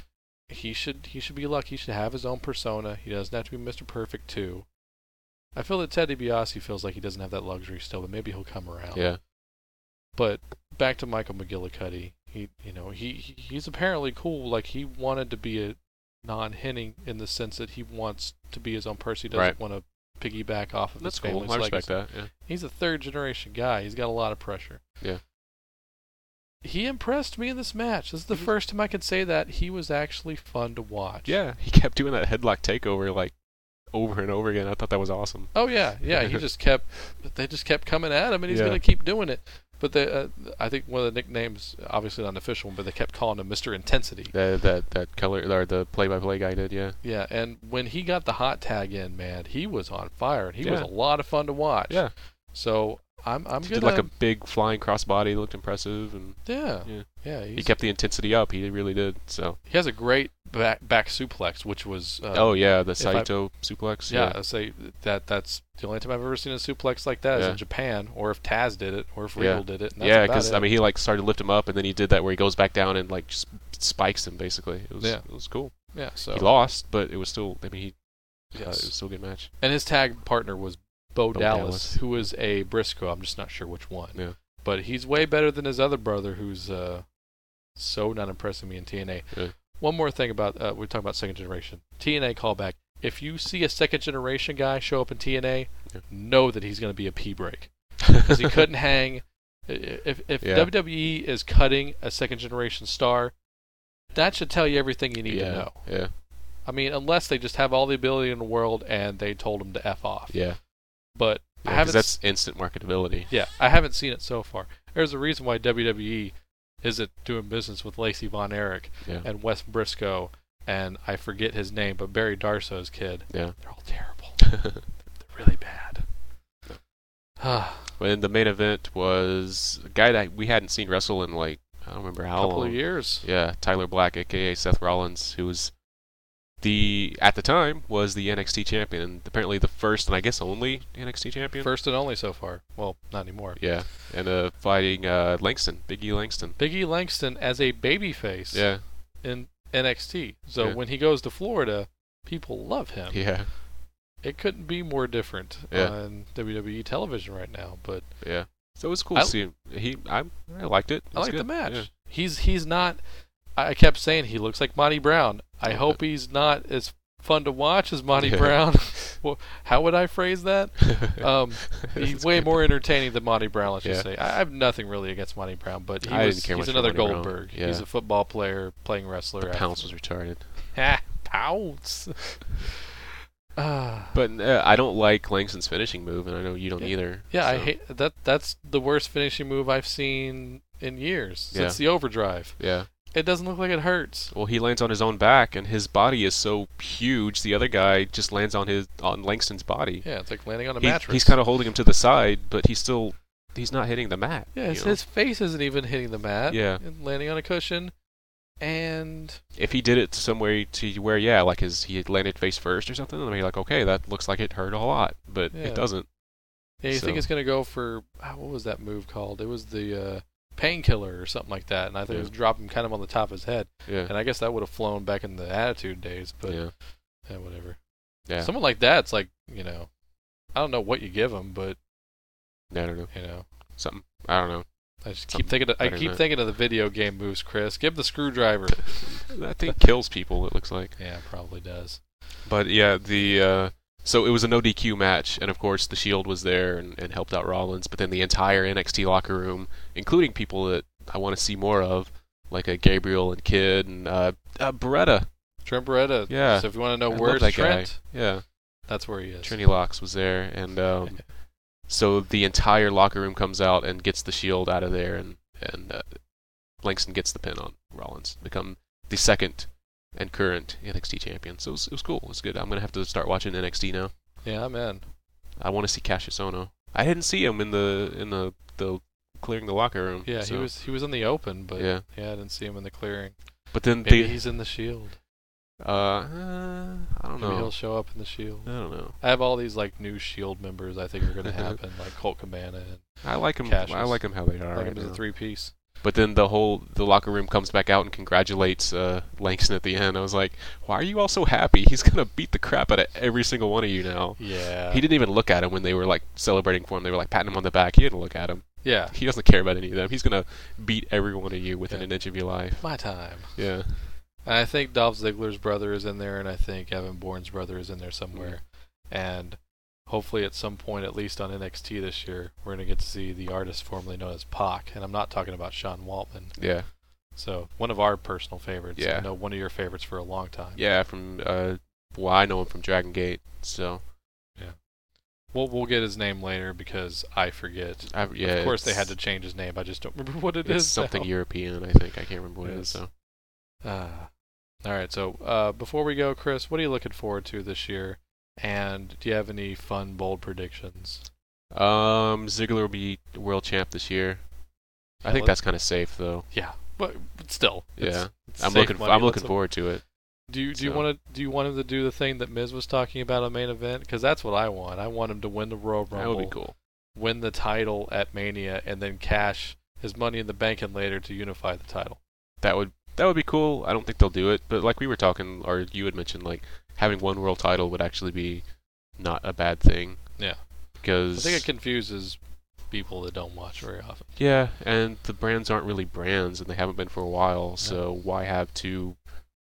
A: He should he should be lucky. He should have his own persona. He doesn't have to be Mr. Perfect too. I feel that Ted DiBiase feels like he doesn't have that luxury still, but maybe he'll come around.
B: Yeah,
A: But back to Michael McGillicuddy, he you know he he- he's apparently cool. Like he wanted to be a non Henning in the sense that he wants to be his own person. He doesn't
B: Right.
A: want to piggyback off of
B: that's
A: his family's
B: cool. I respect
A: legacy.
B: that. Yeah.
A: He's a third generation guy. He's got a lot of pressure.
B: Yeah.
A: He impressed me in this match. This is the first time I can say that he was actually fun to watch.
B: Yeah, he kept doing that headlock takeover like over and over again. I thought that was awesome. (laughs)
A: Oh yeah, yeah. He just kept. They just kept coming at him, and he's
B: Yeah.
A: gonna keep doing it. But they, uh, I think one of the nicknames, obviously not an official one, but they kept calling him Mr. Intensity.
B: That that that color or the play-by-play guy did, yeah.
A: Yeah, and when he got the hot tag in, man, he was on fire, and he was
B: Yeah.
A: a lot of fun to watch.
B: Yeah.
A: So I'm I'm
B: He
A: gonna
B: did like a big flying crossbody, looked impressive, and
A: yeah
B: yeah.
A: yeah
B: he
A: he's-
B: kept the intensity up. He really did. So,
A: he has a great back back suplex, which was uh,
B: oh yeah, the
A: I-
B: Saito suplex.
A: Yeah, I say that that's the only time I've ever seen a suplex like that is
B: Yeah.
A: in Japan, or if Taz did it, or if
B: Yeah.
A: Regal did it. And that's
B: yeah,
A: about
B: because
A: it.
B: I mean, he like started to lift him up, and then he did that where he goes back down and like just spikes him. Basically, it was
A: Yeah.
B: it was cool.
A: yeah. So
B: He lost, but it was still. I mean, he uh, it
A: yes.
B: was still a good
A: (laughs)
B: match.
A: and his tag partner was Bo,
B: Bo
A: Dallas,
B: Dallas.
A: who is a Briscoe. I'm just not sure which one.
B: Yeah.
A: But he's way better than his other brother, who's uh, so not impressing me in TNA.
B: Yeah.
A: One more thing about uh, we're talking about second generation TNA callback. If you see a second generation guy show up in TNA,
B: Yeah.
A: know that he's going to be a pee break because
B: (laughs)
A: he (laughs) couldn't hang. I- i- If if
B: Yeah.
A: WWE is cutting a second generation star, that should tell you everything you need
B: yeah,
A: to know.
B: yeah,
A: I mean, unless they just have all the ability in the world and they told him to f off.
B: yeah.
A: But I
B: Because
A: haven't.
B: that's
A: s-
B: instant
A: (laughs)
B: marketability.
A: yeah, I haven't seen it so far. There's a reason why WWE isn't doing business with Lacey Von Erich
B: Yeah.
A: and Wes Briscoe and I forget his name, but Barry Darso's kid.
B: Yeah.
A: They're all terrible. They're really bad. (sighs) Ah,
B: (laughs) when the main event was a guy that we hadn't seen wrestle in like I don't remember how
A: couple
B: long.
A: of years.
B: Yeah, Tyler Black, aka Seth Rollins, who was the at the time was the NXT champion, and apparently the first and I guess only NXT champion.
A: First and only so far. Well, not anymore.
B: Yeah, and uh, fighting uh, Langston, Big E Langston.
A: Big E Langston as a babyface
B: Yeah,
A: in NXT. So
B: Yeah.
A: when he goes to Florida, people love him.
B: yeah,
A: It couldn't be more different
B: Yeah.
A: on WWE television right now, but
B: yeah. So it was cool
A: I-
B: to see him. He, I, I liked it. It
A: I
B: was
A: like the
B: good.
A: match.
B: Yeah.
A: He's he's not. I I kept saying he looks like Monty Brown. I
B: Yeah.
A: hope he's not as fun to watch as Monty
B: Yeah. (laughs)
A: Brown. (laughs) well, how would I phrase that?
B: Uh,
A: (laughs) Um, he's
B: It's
A: way
B: good.
A: more entertaining than Monty Brown. Let's just
B: Yeah.
A: say I I have nothing really against Monty Brown, but he
B: I
A: was,
B: didn't care
A: he's
B: much for
A: another
B: Monty Brown.
A: Goldberg.
B: Yeah.
A: He's a football player playing wrestler.
B: The
A: (laughs)
B: pounce was retarded.
A: Ha,
B: (laughs)
A: pounce. Ah.
B: But uh, I don't like Langston's finishing move, and I know you don't
A: Yeah.
B: either.
A: Yeah, I
B: so-
A: hate that. That's the worst finishing move I've seen in years since the overdrive.
B: Yeah.
A: It doesn't look like it hurts.
B: Well, he lands on his own back, and his body is so huge. The other guy just lands on his on Langston's body.
A: Yeah, it's like landing on a
B: He-
A: mattress.
B: he's kind of holding him to the side, but he's still he's not hitting the mat.
A: yeah.
B: you
A: His,
B: know?
A: his face isn't even hitting the mat.
B: Yeah.
A: and landing on a cushion, and
B: if he did it somewhere to where yeah, like his he had landed face first or something, I'd be like, okay, that looks like it hurt a lot, but
A: Yeah.
B: it doesn't.
A: yeah, you think
B: So-
A: it's gonna go for ah, what was that move called? It was the uh, painkiller or something like that, and I think it
B: Yeah.
A: was drop him kind of on the top of his head.
B: Yeah,
A: And I guess that would have flown back in the attitude days, but yeah,
B: yeah,
A: whatever.
B: Yeah.
A: someone like that's like you know, I don't know what you give him, but
B: I don't know,
A: you know.
B: something. I don't know.
A: I just keep
B: Something
A: thinking. Of, I
B: better than
A: keep
B: that.
A: thinking of the video game moves, Chris. Give the screwdriver.
B: (laughs) That thing kills people. It looks like.
A: yeah, it probably does.
B: But yeah, the uh, so it was a no DQ match, and of course the Shield was there and, and helped out Rollins. But then the entire NXT locker room, including people that I want to see more of, like a Gabriel and Kid and uh, uh, Beretta.
A: Trent Beretta.
B: Yeah.
A: So if you want to know
B: I
A: where
B: love that guy.
A: Trent,
B: Yeah,
A: that's where he is.
B: Trini Locks was there, and um, so the entire locker room comes out and gets the Shield out of there, and and uh, Langston gets the pin on Rollins, become the second and current NXT champion. So it was, it was cool. It was good. I'm gonna have to start watching NXT now.
A: Yeah, I'm in.
B: I want to see Cassius Ohno. I didn't see him in the in the the clearing the locker room.
A: Yeah,
B: so-
A: he was he was in the open, but yeah.
B: Yeah,
A: I didn't see him in the clearing.
B: but then
A: Maybe
B: they.
A: he's in the shield.
B: Uh, uh, I don't
A: Maybe he'll
B: know.
A: show up in the shield.
B: I don't know.
A: I have all these like new shield members. I think
B: (laughs)
A: are going to happen, like Colt Cabana and
B: I like him.
A: Cassius.
B: I like him how they are.
A: like
B: right
A: him as a
B: now.
A: three piece.
B: But then the whole the locker room comes back out and congratulates uh, Langston at the end. I was like, why are you all so happy? He's gonna beat the crap out of every single one of you now.
A: Yeah,
B: He didn't even look at him when they were like celebrating for him. They were like patting him on the back. He didn't look at him.
A: yeah.
B: He doesn't care about any of them. He's gonna beat every one of you within
A: Yeah.
B: an inch of your life.
A: My time.
B: Yeah.
A: And I think Dolph Ziggler's brother is in there, and I think Evan Bourne's brother is in there somewhere.
B: Mm-hmm.
A: And hopefully, at some point, at least on NXT this year, we're going to get to see the artist formerly known as Pac. And I'm not talking about Sean Waltman.
B: Yeah.
A: So, one of our personal favorites.
B: Yeah.
A: I know one of your favorites for a long time.
B: Yeah, from uh, well, I know him from Dragon Gate. So
A: We'll we'll get his name later because I forget.
B: I, yeah,
A: of course, they
B: it's-
A: had to change his name. I just don't remember (laughs) what it
B: it's
A: is
B: something
A: now.
B: European, I think. I can't remember what it is.
A: Yes.
B: So
A: Ah. all right. So uh, before we go, Chris, what are you looking forward to this year? And do you have any fun bold predictions?
B: um, Ziggler will be world champ this year. I
A: Yeah,
B: think
A: let-
B: that's kind of safe though.
A: Yeah, but, but still, it's-
B: Yeah.
A: it's
B: I'm
A: safe
B: looking.
A: money.
B: I'm
A: Let's
B: looking
A: hope-
B: forward to it.
A: Do you do you
B: So-
A: want to do you want him to do the thing that Miz was talking about on main event? Because that's what I want. I want him to win the Royal
B: That
A: Rumble,
B: would be cool.
A: win the title at Mania, and then cash his money in the bank and later to unify the title.
B: That would that would be cool. I don't think they'll do it, but like we were talking, or you had mentioned, like having one world title would actually be not a bad thing.
A: Yeah. I
B: Because
A: think it confuses people that don't watch very often.
B: Yeah, and the brands aren't really brands, and they haven't been for a while. So why have two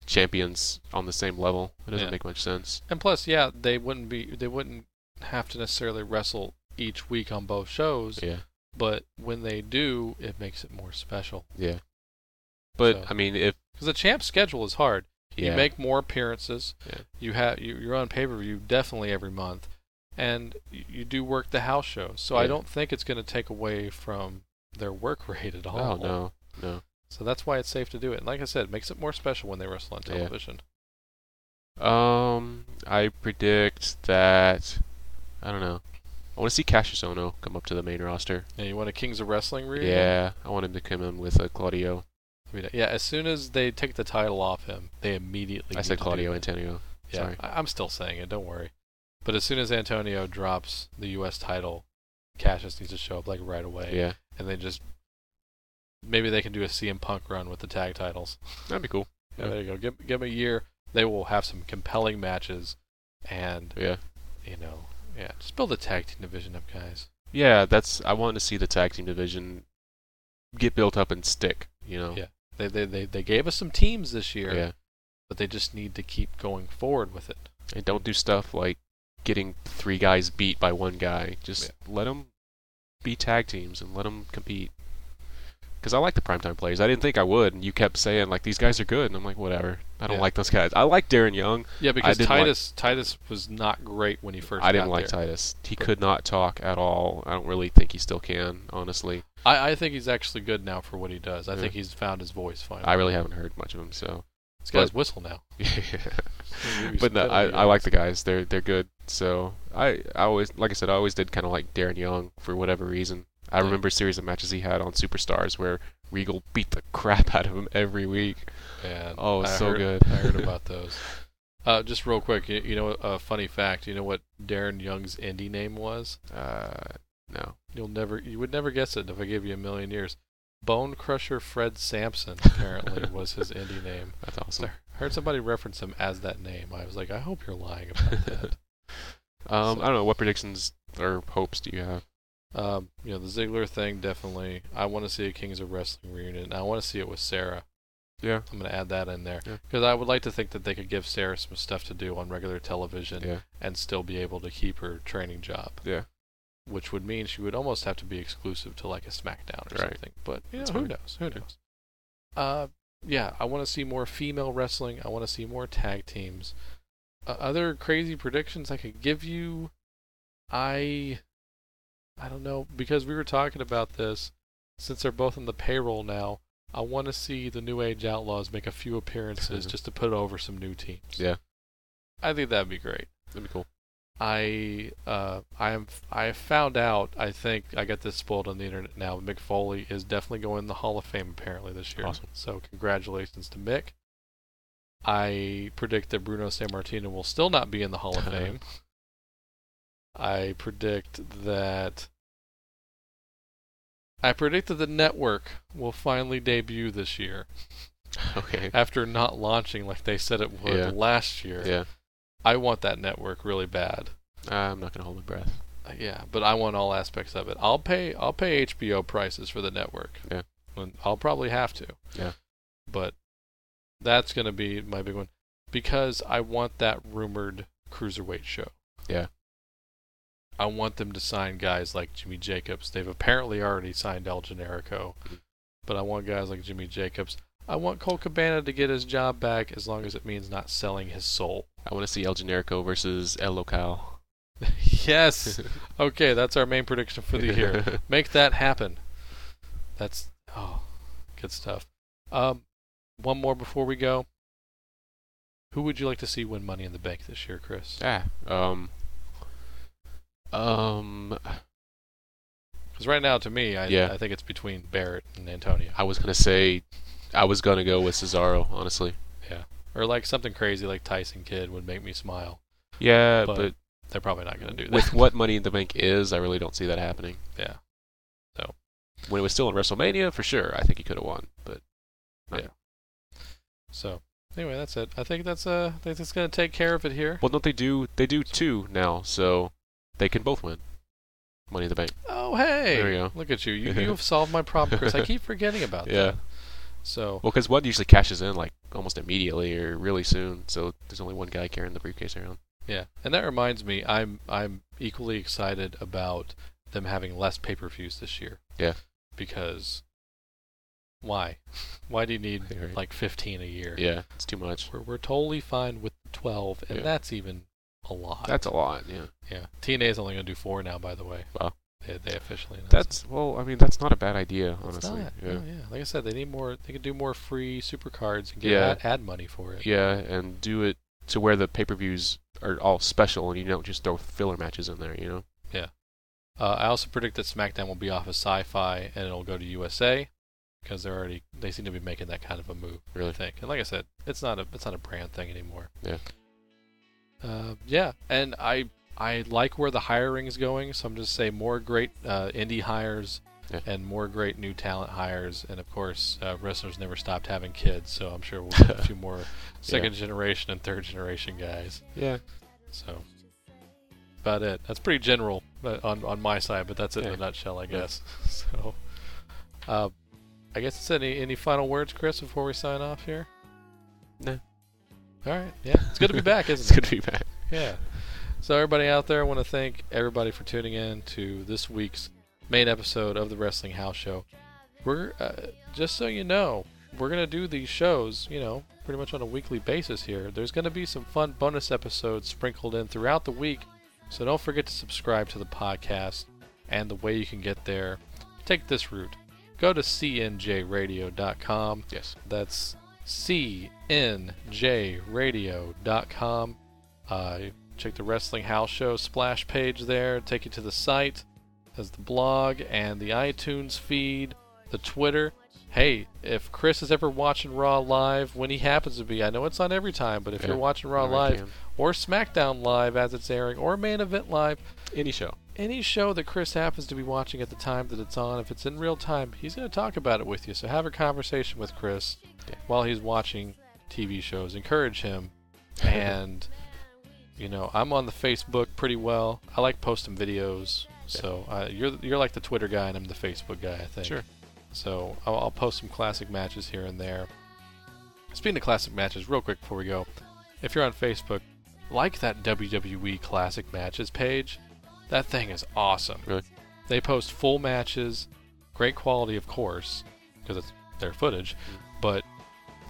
B: champions on the same level? It doesn't
A: Yeah.
B: make much sense.
A: And plus, yeah, they wouldn't be they wouldn't have to necessarily wrestle each week on both shows,
B: Yeah,
A: but when they do, it makes it more special.
B: yeah. But
A: So-
B: I mean, if
A: Because the champ's schedule is hard.
B: yeah,
A: You make more appearances.
B: Yeah.
A: You have you, you're on pay per view definitely every month, and you, you do work the house shows. So I
B: Yeah.
A: don't think it's going to take away from their work (laughs) rate at all.
B: oh no, no.
A: So that's why it's safe to do it. And like I said, it makes it more special when they wrestle on
B: Yeah.
A: television.
B: Um, I predict that I don't know. I want to see Cassius Ono come up to the main roster.
A: And you want a Kings of Wrestling reunion?
B: Yeah, I want him to come in with uh, Claudio.
A: I mean, yeah. As soon as they take the title off him, they immediately.
B: I
A: need
B: said
A: to do
B: Claudio
A: that.
B: Antonio.
A: Yeah,
B: Sorry.
A: I, I'm still saying it. Don't worry. But as soon as Antonio drops the U.S. title, Cassius needs to show up like right away.
B: Yeah,
A: and they just maybe they can do a CM Punk run with the tag titles.
B: that'd be cool.
A: Yeah,
B: Yeah.
A: There you go. Give, give them a year. They will have some compelling matches, and
B: Yeah.
A: you know, yeah, just build the tag team division up, guys.
B: Yeah, that's I want to see the tag team division get built up and stick, you know.
A: Yeah. They they they, they gave us some teams this year,
B: Yeah.
A: but they just need to keep going forward with it.
B: And don't do stuff like getting three guys beat by one guy. Just let 'em let them be tag teams and let them compete. Cuz I like the primetime players. I didn't think I would, and you kept saying like these guys are good, and I'm like whatever. I don't
A: Yeah.
B: like those guys. I like Darren Young.
A: Yeah, because
B: didn't like-
A: Titus Titus was not great when he first.
B: I didn't
A: got
B: like
A: there.
B: Titus. He could not talk at all. I don't really think he still can, honestly.
A: I, I think he's actually good now for what he does. I
B: Yeah.
A: think he's found his voice finally.
B: I really haven't heard much of him, so. (laughs)
A: this guy's whistle now.
B: but no, I, I like the guys. They're they're good. So I, I always like I said I always did kind of like Darren Young for whatever reason. I
A: Yeah.
B: remember a series of matches he had on Superstars where Regal beat the (laughs) crap out of him every week.
A: Man,
B: Oh, it's
A: I
B: so
A: heard-
B: good.
A: I heard about those. Uh, just real quick, you, you know, a funny fact. You know what Darren Young's indie name was?
B: Uh, no,
A: You'll never, you would never guess it if I gave you a million years. Bone Crusher Fred Sampson apparently
B: (laughs)
A: was his indie name.
B: that's awesome.
A: I heard somebody reference him as that name. I was like, I hope you're lying about that.
B: (laughs) Um, I don't know what predictions or hopes do you have?
A: um, you know, the Ziggler thing definitely. I want to see a Kings of Wrestling reunion. and I want to see it with Sarah.
B: Yeah,
A: I'm gonna add that in there
B: Yeah.
A: because I would like to think that they could give Sarah some stuff to do on regular television
B: yeah,
A: and still be able to keep her training job.
B: Yeah.
A: Which would mean she would almost have to be exclusive to like a SmackDown or
B: Right.
A: something. But you know,
B: That's
A: who
B: fine.
A: knows? Who
B: Yeah.
A: knows? Uh, yeah, I want to see more female wrestling. I want to see more tag teams. Uh, other crazy predictions I could give you, I, I don't know because we were talking about this. Since they're both on the payroll now, I want to see the New Age Outlaws make a few
B: (laughs)
A: appearances just to put over some new teams.
B: Yeah.
A: I think that'd be great.
B: that'd be cool.
A: I uh, I am I have found out. I think I got this spoiled on the internet now. Mick Foley is definitely going in the Hall of Fame apparently this year.
B: Awesome.
A: So congratulations to Mick. I predict that Bruno Sammartino will still not be in the
B: (laughs)
A: Hall of Fame. I predict that. I predict that the network will finally debut this year
B: (laughs) Okay.
A: after not launching like they said it would
B: Yeah.
A: last year.
B: Yeah,
A: I want that network really bad.
B: I'm not gonna hold my breath.
A: Uh, Yeah, but I want all aspects of it. I'll pay I'll pay HBO prices for the network.
B: Yeah.
A: And I'll probably have to.
B: Yeah.
A: But that's going to be my big one because I want that rumored cruiserweight show.
B: Yeah.
A: I want them to sign guys like Jimmy Jacobs. They've apparently already signed El Generico,
B: Mm-hmm.
A: but I want guys like Jimmy Jacobs. I want Cole Cabana to get his job back as long as it means not selling his soul. (laughs)
B: I want to see El Generico versus El Local. (laughs)
A: yes. Okay, that's our main prediction for the year. Make that happen. That's oh, good stuff. Um, one more before we go. Who would you like to see win Money in the Bank this year, Chris?
B: yeah. Um. Um.
A: Because right now, to me, I,
B: Yeah.
A: I think it's between Barrett and Antonio,
B: I was gonna say, I was gonna go with Cesaro, honestly.
A: or like something crazy like Tyson Kidd would make me smile.
B: Yeah,
A: But
B: but,
A: They're probably not going to do that.
B: with what Money in the Bank is, I really don't see that happening.
A: Yeah. So.
B: when it was still in WrestleMania, for sure, I think he could have won. But
A: So anyway, that's it. I think that's uh, I think that's going to take care of it here.
B: well, don't they do? They do two now, so they can both win. Money in the Bank.
A: Oh hey,
B: There we go.
A: look at
B: (laughs)
A: you. You you have solved my problem, Chris. I keep forgetting about
B: Yeah.
A: that. So
B: Well, because one usually cashes in like almost immediately or really soon, so there's only one guy carrying the briefcase around.
A: yeah, and that reminds me, I'm I'm equally excited about them having less pay-per-views this year.
B: Yeah.
A: Because why? (laughs) Why do you need
B: Right.
A: like 15 a year?
B: Yeah, it's too much.
A: We're we're totally fine with 12, and
B: Yeah.
A: that's even a lot.
B: That's a lot. Yeah.
A: yeah. TNA is only going to do four now, by the way.
B: Wow.
A: They, they officially announced
B: That's well. I mean, that's not a bad idea,
A: It's
B: honestly.
A: not.
B: Yeah.
A: No, yeah. Like I said, they need more. They could do more free super cards and get
B: Yeah.
A: ad, ad money for it.
B: Yeah, and do it to where the pay-per-views are all special, and you don't just throw filler matches in there. You know.
A: Uh, I also predict that SmackDown will be off of Sci-Fi and it'll go to USA because they're already they seem to be making that kind of a move. I
B: Really?
A: think. And like I said, it's not a it's not a brand thing anymore.
B: Yeah.
A: Uh, yeah, and I I like where the hiring is going, so I'm just say more great uh, indie hires
B: Yeah.
A: and more great new talent hires, and of course uh, wrestlers never stopped having kids, so I'm sure we'll get
B: (laughs)
A: a few more second generation and third generation guys.
B: Yeah.
A: So about it. That's pretty general uh, on on my side, but that's it in
B: Yeah.
A: a nutshell, I
B: Yeah.
A: guess. (laughs) So, uh, I guess it's any any final words, Chris, before we sign off here.
B: No.
A: All right. Yeah, it's good to be
B: (laughs) (laughs)
A: back,
B: It's
A: isn't it?
B: good to be back.
A: Yeah. So everybody out there, I want to thank everybody for tuning in to this week's main episode of the Wrestling House Show. We're uh, just so you know, we're gonna do these shows, you know, pretty much on a weekly basis here. There's gonna be some fun bonus episodes sprinkled in throughout the week, so don't forget to subscribe to the podcast. And the way you can get there, take this route: go to cnjradio.com.
B: Yes.
A: That's cnjradio.com. Uh, check the Wrestling House Show splash page there. Take you to the site, has the blog and the iTunes feed, the Twitter. Hey, if Chris is ever watching Raw live, when he happens to be, I know it's not every time, but if
B: Yeah,
A: you're watching Raw
B: whenever I
A: live
B: can.
A: or SmackDown live as it's airing or Main Event live,
B: Any show.
A: any show that Chris happens to be watching at the time that it's on, if it's in real time, he's going to talk about it with you. So have a conversation with Chris
B: Yeah.
A: while he's watching TV shows. Encourage him. (laughs) And, you know, I'm on the Facebook pretty well. I like posting videos. So uh, you're you're like the Twitter guy, and I'm the Facebook guy, I think.
B: Sure.
A: So I'll, I'll post some classic matches here and there. Speaking of classic matches, real quick before we go, if you're on Facebook, like that WWE Classic Matches page. That thing is awesome.
B: Really?
A: They post full matches, great quality, of course, because it's their footage. But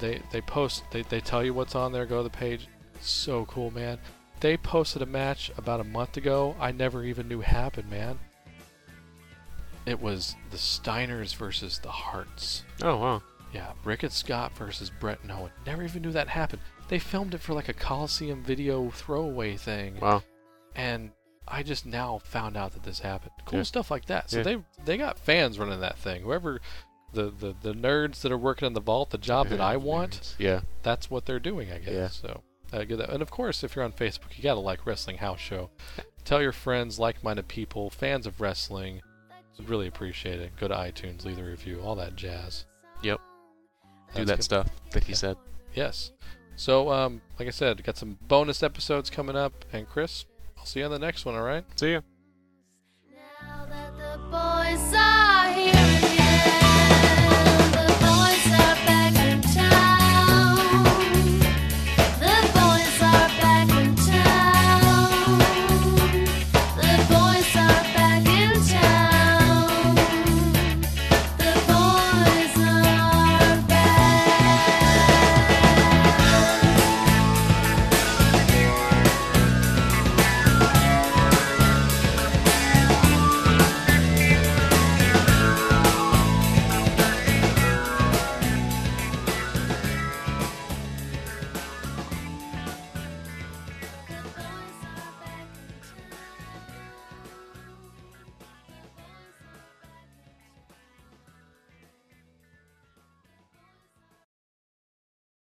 A: they they post they they tell you what's on there. Go to the page. So cool, man. They posted a match about a month ago. I never even knew happened, man. It was the Steiners versus the Hearts.
B: Oh wow.
A: Yeah, Rick and Scott versus Brett and Owen. Never even knew that happened. They filmed it for like a Coliseum video throwaway thing,
B: Wow.
A: and I just now found out that this happened. Cool
B: Yeah.
A: stuff like that. So
B: Yeah.
A: they they got fans running that thing. Whoever the, the the nerds that are working in the vault, the job that I want,
B: Yeah.
A: that's what they're doing, I guess.
B: Yeah.
A: So uh, give that. And of course, if you're on Facebook, you gotta like Wrestling House Show. Tell your friends, like-minded people, fans of wrestling. Would really appreciate it. Go to iTunes, leave a review, all that jazz.
B: Yep. Do
A: That's
B: that
A: good.
B: stuff that he
A: Yeah.
B: said.
A: Yes. So, um, like I said, got some bonus episodes coming up, and Chris, I'll see you on the next one. All right.
B: See ya.
C: Now that the boys are here.